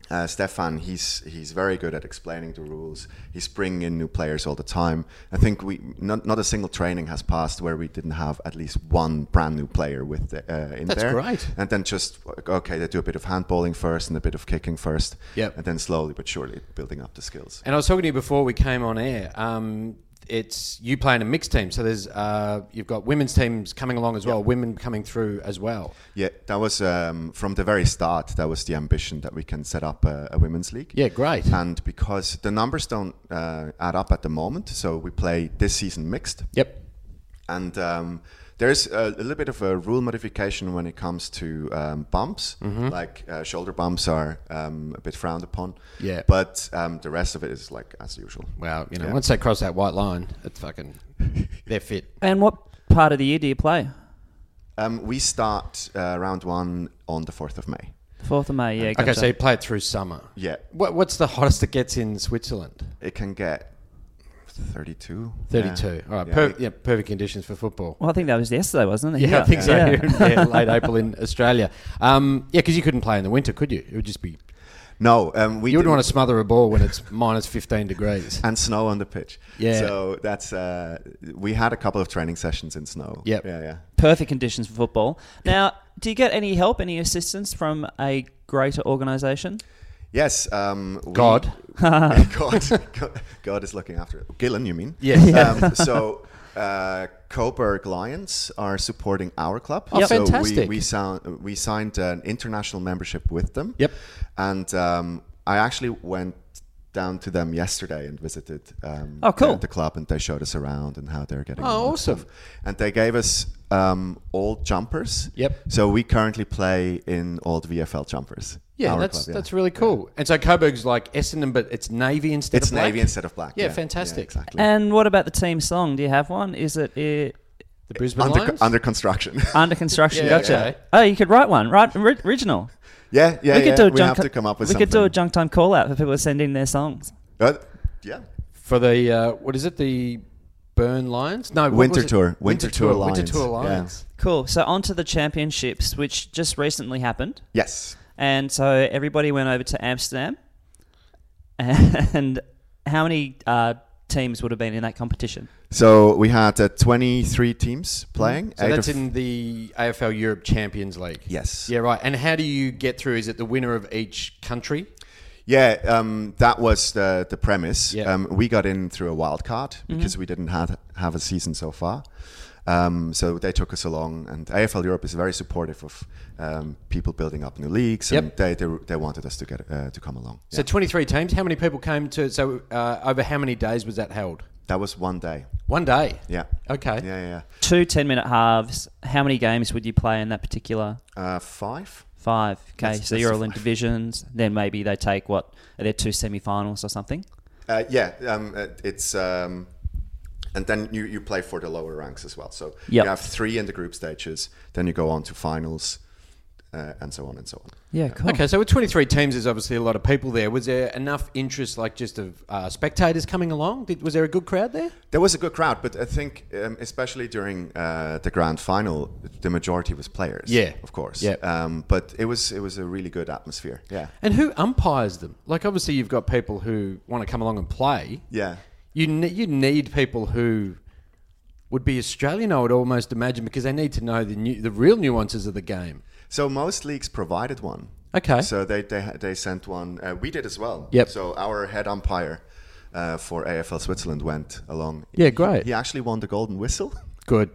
Speaker 3: uh, Stefan, he's he's very good at explaining the rules. He's bringing in new players all the time. I think we not, not a single training has passed where we didn't have at least one brand new player with the, uh, in
Speaker 2: That's
Speaker 3: there.
Speaker 2: great.
Speaker 3: And then just okay, they do a bit of handballing first and a bit of kicking first.
Speaker 2: Yep.
Speaker 3: And then slowly but surely building up the skills.
Speaker 2: And I was talking to you before we came on air. Um, it's you play in a mixed team, so there's uh, you've got women's teams coming along as well, women coming through as well.
Speaker 3: Yeah, that was um, from the very start. That was the ambition that we can set up a, a women's league.
Speaker 2: Yeah, great.
Speaker 3: And because the numbers don't uh, add up at the moment, so we play this season mixed.
Speaker 2: Yep.
Speaker 3: And um, there's a, a little bit of a rule modification when it comes to um, bumps.
Speaker 2: Mm-hmm.
Speaker 3: Like uh, shoulder bumps are um, a bit frowned upon.
Speaker 2: Yeah.
Speaker 3: But um, the rest of it is like as usual.
Speaker 2: Well, you know,
Speaker 3: Yeah.
Speaker 2: once they cross that white line, it's fucking they're fit.
Speaker 4: And what part of the year do you play?
Speaker 3: Um, we start uh, round one on the 4th of May.
Speaker 4: 4th of May, yeah.
Speaker 2: Okay,
Speaker 4: gotcha.
Speaker 2: so you play it through summer.
Speaker 3: Yeah.
Speaker 2: What, what's the hottest it gets in Switzerland?
Speaker 3: It can get 32. yeah.
Speaker 2: 32. All right.
Speaker 3: Yeah.
Speaker 2: per- yeah, perfect conditions for football.
Speaker 4: well, I think that was yesterday, wasn't it?
Speaker 2: Yeah, I think so.
Speaker 4: Yeah.
Speaker 2: Yeah. late April in Australia. Um, yeah, because you couldn't play in the winter, could you? It would just be.
Speaker 3: No, um, we
Speaker 2: You would
Speaker 3: didn't-
Speaker 2: want to smother a ball when it's minus 15 degrees.
Speaker 3: and snow on the pitch.
Speaker 2: Yeah.
Speaker 3: So that's uh, we had a couple of training sessions in snow.
Speaker 2: Yep.
Speaker 3: Yeah, yeah.
Speaker 4: Perfect conditions for football. Now, do you get any help, any assistance from a greater organisation?
Speaker 3: Yes. Um, we-
Speaker 2: God.
Speaker 3: God. God. God is looking after it. Gillen, you mean?
Speaker 2: Yes.
Speaker 3: Um, so. Uh, Coburg Lions are supporting our club.
Speaker 2: Oh,
Speaker 3: so
Speaker 2: fantastic.
Speaker 3: We, we, sound, we signed an international membership with them.
Speaker 2: Yep.
Speaker 3: And um, I actually went down to them yesterday and visited um,
Speaker 4: Oh, cool.
Speaker 3: the, the club, and they showed us around and how they're getting.
Speaker 2: Oh,
Speaker 3: on and stuff.
Speaker 2: awesome.
Speaker 3: And they gave us um, all jumpers.
Speaker 2: Yep.
Speaker 3: So we currently play in old VFL jumpers.
Speaker 2: Yeah,
Speaker 3: Our
Speaker 2: that's
Speaker 3: club, yeah.
Speaker 2: that's really cool. And so Coburg's like Essendon, but it's navy instead
Speaker 3: It's
Speaker 2: of black.
Speaker 3: navy instead of black.
Speaker 2: Yeah, fantastic.
Speaker 3: exactly.
Speaker 4: And what about the team song? Do you have one? Is it uh,
Speaker 2: The Brisbane
Speaker 3: under,
Speaker 2: Lions.
Speaker 3: under construction.
Speaker 4: under construction?
Speaker 2: Yeah, okay.
Speaker 4: Oh, you could write one, right? Ori- original.
Speaker 3: yeah, yeah,
Speaker 4: we could
Speaker 3: yeah.
Speaker 4: do a
Speaker 3: we
Speaker 4: junk.
Speaker 3: have to come up with
Speaker 4: we
Speaker 3: something.
Speaker 4: could do a junk time call out for people to send in their songs.
Speaker 3: Uh, yeah.
Speaker 2: for the uh, what is it? The Burn Lions? No, what
Speaker 3: Winter
Speaker 2: was it?
Speaker 3: Tour. Winter Tour
Speaker 2: Winter Tour
Speaker 3: Lions.
Speaker 2: Lions.
Speaker 4: Cool. So on to the championships, which just recently happened,
Speaker 3: Yes.
Speaker 4: and so everybody went over to Amsterdam. And how many uh, teams would have been in that competition?
Speaker 3: So we had uh, 23 teams playing.
Speaker 2: So
Speaker 3: Eight
Speaker 2: that's
Speaker 3: of-
Speaker 2: in the AFL Europe Champions League.
Speaker 3: Yes.
Speaker 2: Yeah, right. And how do you get through? Is it the winner of each country?
Speaker 3: Yeah, um, that was the the premise.
Speaker 2: Yeah.
Speaker 3: Um, we got in through a wild card because we didn't have have a season so far. Um, so they took us along, and AFL Europe is very supportive of um, people building up new leagues, and
Speaker 2: Yep.
Speaker 3: they, they they wanted us to get uh, to come along.
Speaker 2: So 23 teams. How many people came to? So uh, over how many days was that held?
Speaker 3: That was one day.
Speaker 2: One day.
Speaker 3: Yeah.
Speaker 2: Okay.
Speaker 3: Yeah, yeah.
Speaker 4: Two 10 minute halves. How many games would you play in that particular
Speaker 3: yeah. Uh, five.
Speaker 4: Five. Okay,
Speaker 3: That's-
Speaker 4: so
Speaker 3: that's
Speaker 4: you're
Speaker 3: a
Speaker 4: all in divisions. Then maybe they take what are there two semi-finals or something?
Speaker 3: Uh, yeah, um, uh, it's um, and then you, you play for the lower ranks as well. So
Speaker 4: Yep.
Speaker 3: you have three in the group stages, then you go on to finals, uh, and so on and so on.
Speaker 4: Yeah, cool.
Speaker 2: Okay, so with 23 teams, there's obviously a lot of people there. Was there enough interest, like just of uh, spectators coming along? Did, was there a good crowd there?
Speaker 3: There was a good crowd, but I think um, especially during uh, the grand final, the majority was players.
Speaker 2: Yeah.
Speaker 3: of course.
Speaker 2: Yeah.
Speaker 3: Um, but it was it was a really good atmosphere. Yeah,
Speaker 2: And who umpires them? Like, obviously, you've got people who want to come along and play.
Speaker 3: yeah.
Speaker 2: You ne- you need people who would be Australian, I would almost imagine, because they need to know the new, the real nuances of the game.
Speaker 3: So most leagues provided one.
Speaker 2: Okay.
Speaker 3: So they they ha- they sent one. Uh, we did as well.
Speaker 2: Yep.
Speaker 3: So our head umpire uh, for AFL Switzerland went along.
Speaker 2: Yeah, great.
Speaker 3: He actually won the golden whistle.
Speaker 2: Good.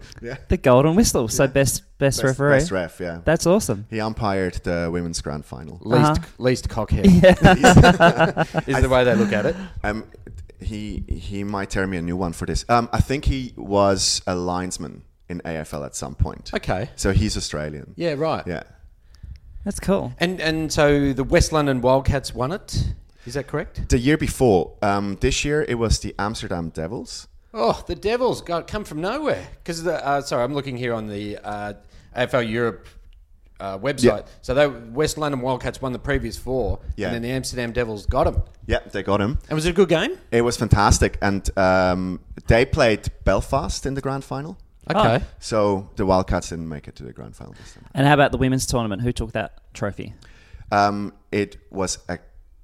Speaker 4: The golden whistle. So best best, referee.
Speaker 3: Best ref, yeah.
Speaker 4: That's awesome.
Speaker 3: he umpired the women's grand final.
Speaker 2: Least least cockhead is the way they look at it.
Speaker 3: Um, he he might tear me a new one for this. Um, I think he was a linesman in AFL at some point.
Speaker 2: Okay.
Speaker 3: So he's Australian.
Speaker 2: Yeah. Right.
Speaker 3: Yeah.
Speaker 4: That's cool.
Speaker 2: And and so the West London Wildcats won it. Is that correct?
Speaker 3: The year before, um, this year it was the Amsterdam Devils.
Speaker 2: Oh, the Devils got come from nowhere because the uh, sorry, I'm looking here on the uh, AFL Europe uh, website.
Speaker 3: Yeah.
Speaker 2: So they West London Wildcats won the previous four,
Speaker 3: Yeah.
Speaker 2: and then the Amsterdam Devils got them.
Speaker 3: Yeah, they got him.
Speaker 2: And was it a good game?
Speaker 3: It was fantastic, and um, they played Belfast in the grand final.
Speaker 2: Okay.
Speaker 3: So the Wildcats didn't make it to the grand final this time.
Speaker 4: And how about the women's tournament? Who took that trophy?
Speaker 3: Um, it was a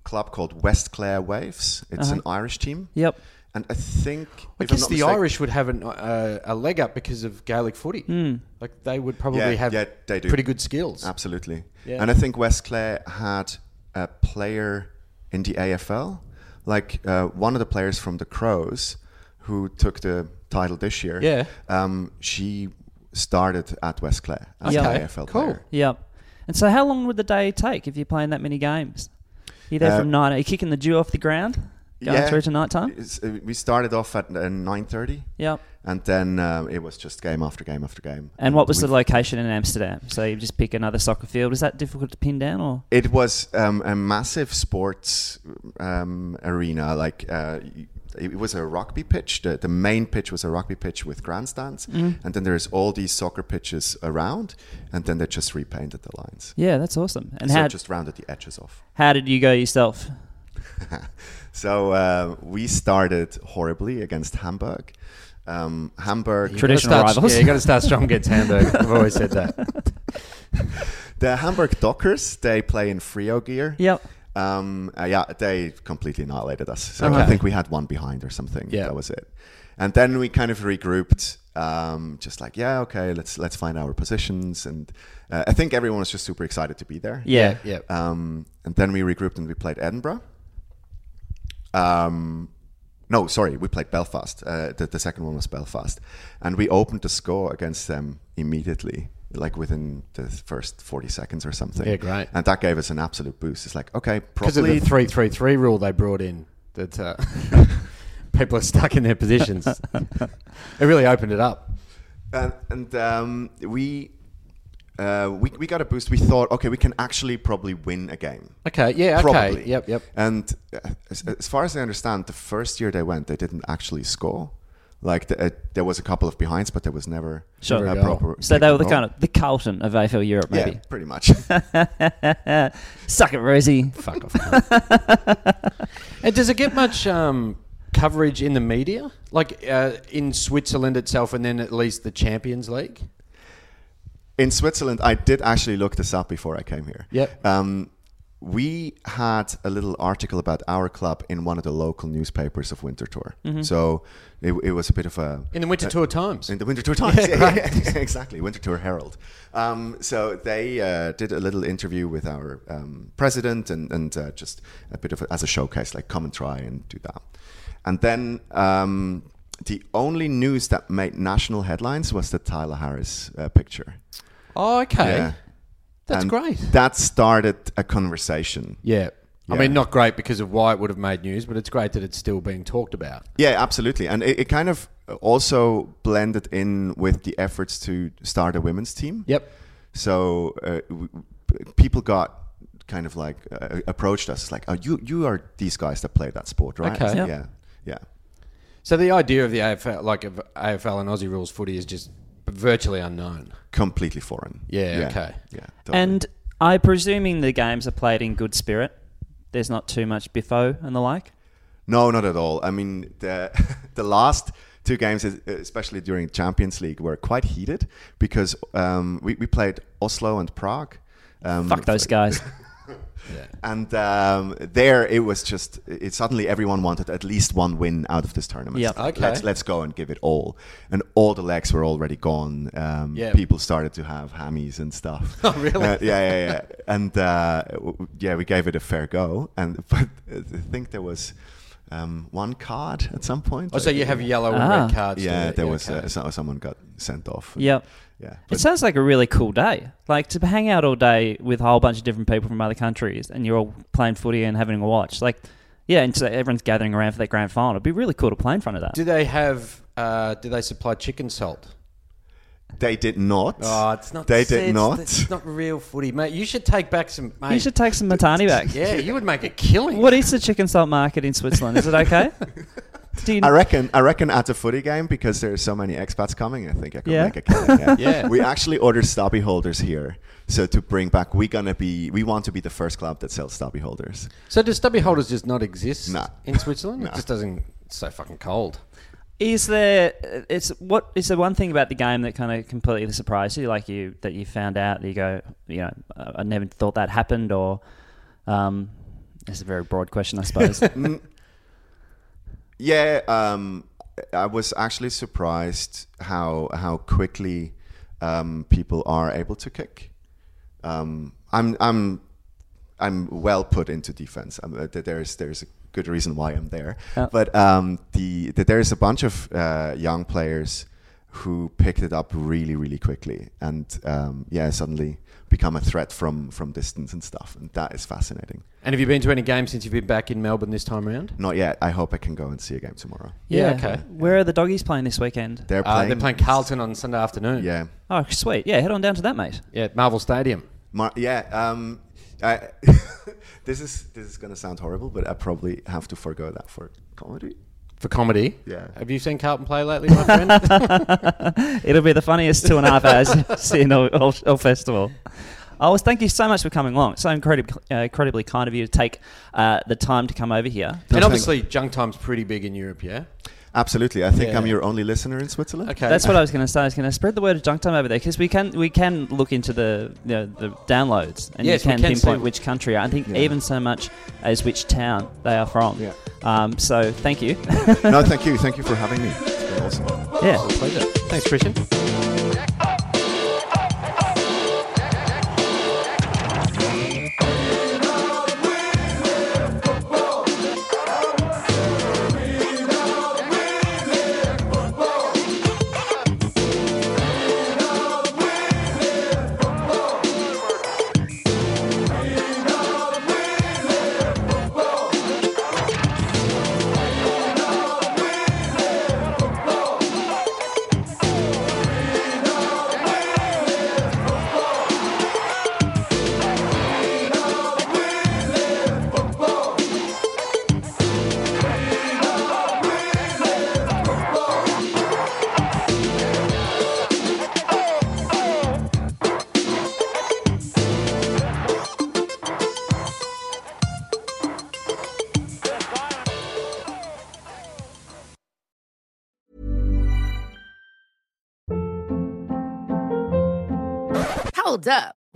Speaker 3: club called West Clare Waves. It's an Irish team.
Speaker 4: Uh-huh. Yep.
Speaker 3: And I think
Speaker 2: I
Speaker 3: if I'm
Speaker 2: guess
Speaker 3: not
Speaker 2: the
Speaker 3: mistaken-
Speaker 2: Irish would have an, uh, a leg up because of Gaelic footy. Like they would probably
Speaker 3: Yeah,
Speaker 2: have
Speaker 3: yeah, they do.
Speaker 2: pretty good skills.
Speaker 3: Absolutely.
Speaker 2: Yeah.
Speaker 3: And I think West Clare had a player in the AFL, like uh, one of the players from the Crows who took the title this year.
Speaker 2: Yeah.
Speaker 3: Um, she started at West Clare as
Speaker 4: Yeah.
Speaker 3: an
Speaker 4: Okay,
Speaker 3: AFL
Speaker 2: cool.
Speaker 3: player.
Speaker 4: Yep. And so, how long would the day take if you're playing that many games? You're there
Speaker 3: Uh,
Speaker 4: from nine. Are you kicking the dew off the ground? Going
Speaker 3: Yeah.
Speaker 4: through to night time?
Speaker 3: It's- uh, we started off at uh, 9.30
Speaker 4: Yep.
Speaker 3: and then um, it was just game after game after game.
Speaker 4: And what was
Speaker 3: we-
Speaker 4: the location in Amsterdam? So you just pick another soccer field. Was that difficult to pin down, or
Speaker 3: It was um, a massive sports um, arena. Like uh, y- it was a rugby pitch. The, the main pitch was a rugby pitch with grandstands, and then there's all these soccer pitches around, and then they just repainted the lines.
Speaker 4: yeah, that's awesome. And
Speaker 3: so
Speaker 4: how
Speaker 3: just rounded the edges off.
Speaker 4: how did you go yourself?
Speaker 3: So uh, we started horribly against Hamburg. Um, Hamburg.
Speaker 2: Gotta
Speaker 4: Traditional
Speaker 2: start-
Speaker 4: rivals.
Speaker 2: Yeah, you got to start strong against Hamburg. I've always said that.
Speaker 3: The Hamburg Dockers. They play in Frio gear.
Speaker 4: Yep.
Speaker 3: Um, uh, yeah, they completely annihilated us. So
Speaker 2: Okay.
Speaker 3: I think we had one behind or something.
Speaker 2: Yeah.
Speaker 3: that was it. And then we kind of regrouped, um, just like yeah, okay, let's let's find our positions. And uh, I think everyone was just super excited to be there.
Speaker 4: Yeah.
Speaker 2: yeah.
Speaker 3: Um, and then we regrouped and we played Edinburgh. Um, no, sorry, we played Belfast. Uh, the, the second one was Belfast, and we opened the score against them immediately, like within the first forty seconds or something.
Speaker 2: Yeah, great.
Speaker 3: And that gave us an absolute boost. It's like okay,
Speaker 2: because of
Speaker 3: probably
Speaker 2: the three three three rule they brought in that uh, people are stuck in their positions. it really opened it up.
Speaker 3: and, and um, we, uh, we we got a boost. We thought, okay, we can actually probably win a game.
Speaker 2: Okay, yeah, okay,
Speaker 3: Probably.
Speaker 2: yep, yep.
Speaker 3: And uh, as, as far as I understand, the first year they went, they didn't actually score. Like the, uh, there was a couple of behinds, but there was never
Speaker 4: Sure.
Speaker 3: a
Speaker 2: Never a goal.
Speaker 3: proper.
Speaker 4: So they were the
Speaker 3: goal.
Speaker 4: kind of the Carlton of AFL Europe,
Speaker 3: yeah,
Speaker 4: maybe.
Speaker 3: pretty much.
Speaker 4: Suck it, Rosie.
Speaker 2: Fuck off. mate. and does it get much um, coverage in the media, like uh, in Switzerland itself, and then at least the Champions League?
Speaker 3: In Switzerland, I did actually look this up before I came here.
Speaker 2: Yep.
Speaker 3: Um, we had a little article about our club in one of the local newspapers of Winterthur.
Speaker 4: Mm-hmm.
Speaker 3: So it, it was a bit of a
Speaker 2: In the Winter Tour Times.
Speaker 3: Uh, In the Winter Tour Times, yeah, yeah, exactly. Winter Tour Herald. Um, so they uh, did a little interview with our um, president and, and uh, just a bit of a, as a showcase, like come and try and do that. And then um, the only news that made national headlines was the Tyler Harris uh, picture.
Speaker 2: oh, okay.
Speaker 3: Yeah.
Speaker 2: That's
Speaker 3: And
Speaker 2: great.
Speaker 3: That started a conversation.
Speaker 2: yeah. I
Speaker 3: Yeah.
Speaker 2: mean, not great because of why it would have made news, but it's great that it's still being talked about.
Speaker 3: Yeah, absolutely. And it, it kind of also blended in with the efforts to start a women's team.
Speaker 2: Yep.
Speaker 3: So uh, w- w- people got kind of like uh, approached us. It's like, oh, you you are these guys that play that sport, right?
Speaker 2: Okay.
Speaker 3: Yeah.
Speaker 2: Yeah.
Speaker 3: yeah,
Speaker 2: So the idea of the AFL, like of AFL and Aussie rules footy, is just virtually unknown.
Speaker 3: completely foreign.
Speaker 2: Yeah, okay.
Speaker 3: yeah. totally.
Speaker 1: And I presuming the games are played in good spirit. There's not too much biffo and the like.
Speaker 3: No, not at all. I mean, the the last two games, especially during Champions League, were quite heated because um, we, we played Oslo and Prague. Um,
Speaker 1: Fuck those guys.
Speaker 3: And um, there, it was just it. Suddenly, everyone wanted at least one win out of this tournament.
Speaker 1: Yep.
Speaker 3: Like,
Speaker 2: Okay.
Speaker 3: Let's let's go and give it all. And all the legs were already gone. Um,
Speaker 2: Yeah.
Speaker 3: People started to have hammies and stuff.
Speaker 2: Oh, really?
Speaker 3: Uh, yeah, yeah, yeah. And uh, w- w- yeah, we gave it a fair go. And but I think there was um, one card at some point.
Speaker 2: Oh, so you have yellow and
Speaker 1: Ah.
Speaker 2: red cards.
Speaker 3: Yeah,
Speaker 2: to it.
Speaker 3: there was
Speaker 2: okay.
Speaker 3: uh, so- someone got sent off.
Speaker 1: yep.
Speaker 3: Yeah.
Speaker 1: It
Speaker 3: But
Speaker 1: sounds like a really cool day. Like to hang out all day with a whole bunch of different people from other countries and you're all playing footy and having a watch. Like, yeah, and so everyone's gathering around for that grand final. It'd be really cool to play in front of that.
Speaker 2: do they have? Uh, do they supply chicken salt?
Speaker 3: they did not.
Speaker 2: Oh, it's not.
Speaker 3: They
Speaker 2: it's-
Speaker 3: did not.
Speaker 2: It's not real footy, mate. You should take back some. Mate.
Speaker 1: you should take some Matani back.
Speaker 2: Yeah, you would make a killing.
Speaker 1: What is the chicken salt market in Switzerland? Is it okay? Do you,
Speaker 3: I reckon. I reckon at the footy game because there's so many expats coming. I think I could
Speaker 1: Yeah.
Speaker 3: make a killing. Yeah.
Speaker 2: Yeah.
Speaker 3: We actually order stubby holders here, so to bring back, we're gonna be. We want to be the first club that sells stubby holders.
Speaker 2: So does stubby holders just not exist
Speaker 3: No.
Speaker 2: in Switzerland?
Speaker 3: No.
Speaker 2: It just doesn't. It's so fucking cold.
Speaker 1: Is there? It's what is the one thing about the game that kind of completely surprised you, like you that you found out that you go, you know, I I never thought that happened, or um, it's a very broad question, I suppose.
Speaker 3: Yeah, um, I was actually surprised how how quickly um, people are able to kick. Um, I'm I'm I'm well put into defense. I'm, uh, th- there's there's a good reason why I'm there.
Speaker 1: Yeah.
Speaker 3: But um, the, the there's a bunch of uh, young players who picked it up really really quickly and um, yeah suddenly become a threat from from distance and stuff and that is fascinating.
Speaker 2: And have you been to any games since you've been back in Melbourne this time around?
Speaker 3: Not yet. I hope I can go and see a game tomorrow.
Speaker 2: Yeah, okay.
Speaker 1: Where are the doggies playing this weekend?
Speaker 3: They're
Speaker 2: Uh,
Speaker 3: playing.
Speaker 2: they're playing Carlton on Sunday afternoon.
Speaker 3: Yeah.
Speaker 1: Oh, sweet. Yeah, head on down to that, mate.
Speaker 2: yeah, at Marvel Stadium.
Speaker 3: Mar- yeah. Um, I, this is this is gonna sound horrible, but I probably have to forego that for comedy.
Speaker 2: for comedy.
Speaker 3: Yeah.
Speaker 2: Have you seen Carlton play lately, my friend?
Speaker 1: It'll be the funniest two and a half hours you've seen all, all, all festival. I was thank you so much for coming along. So incredibly, uh, incredibly kind of you to take uh, the time to come over here.
Speaker 2: and obviously, junk time's pretty big in Europe, yeah?
Speaker 3: Absolutely. I think
Speaker 2: Yeah.
Speaker 3: I'm your only listener in Switzerland.
Speaker 2: Okay.
Speaker 1: That's what I was going to say. I was going to spread the word of junk time over there because we can we can look into the you know, the downloads and
Speaker 2: Yes,
Speaker 1: you
Speaker 2: we
Speaker 1: can,
Speaker 2: can
Speaker 1: pinpoint
Speaker 2: see-
Speaker 1: which country. I think
Speaker 3: Yeah.
Speaker 1: even so much as which town they are from.
Speaker 3: Yeah.
Speaker 1: Um, so thank you.
Speaker 3: no, thank you. Thank you for having me. It's been awesome.
Speaker 1: yeah.
Speaker 2: Pleasure. Thanks, Christian.
Speaker 5: Hold up.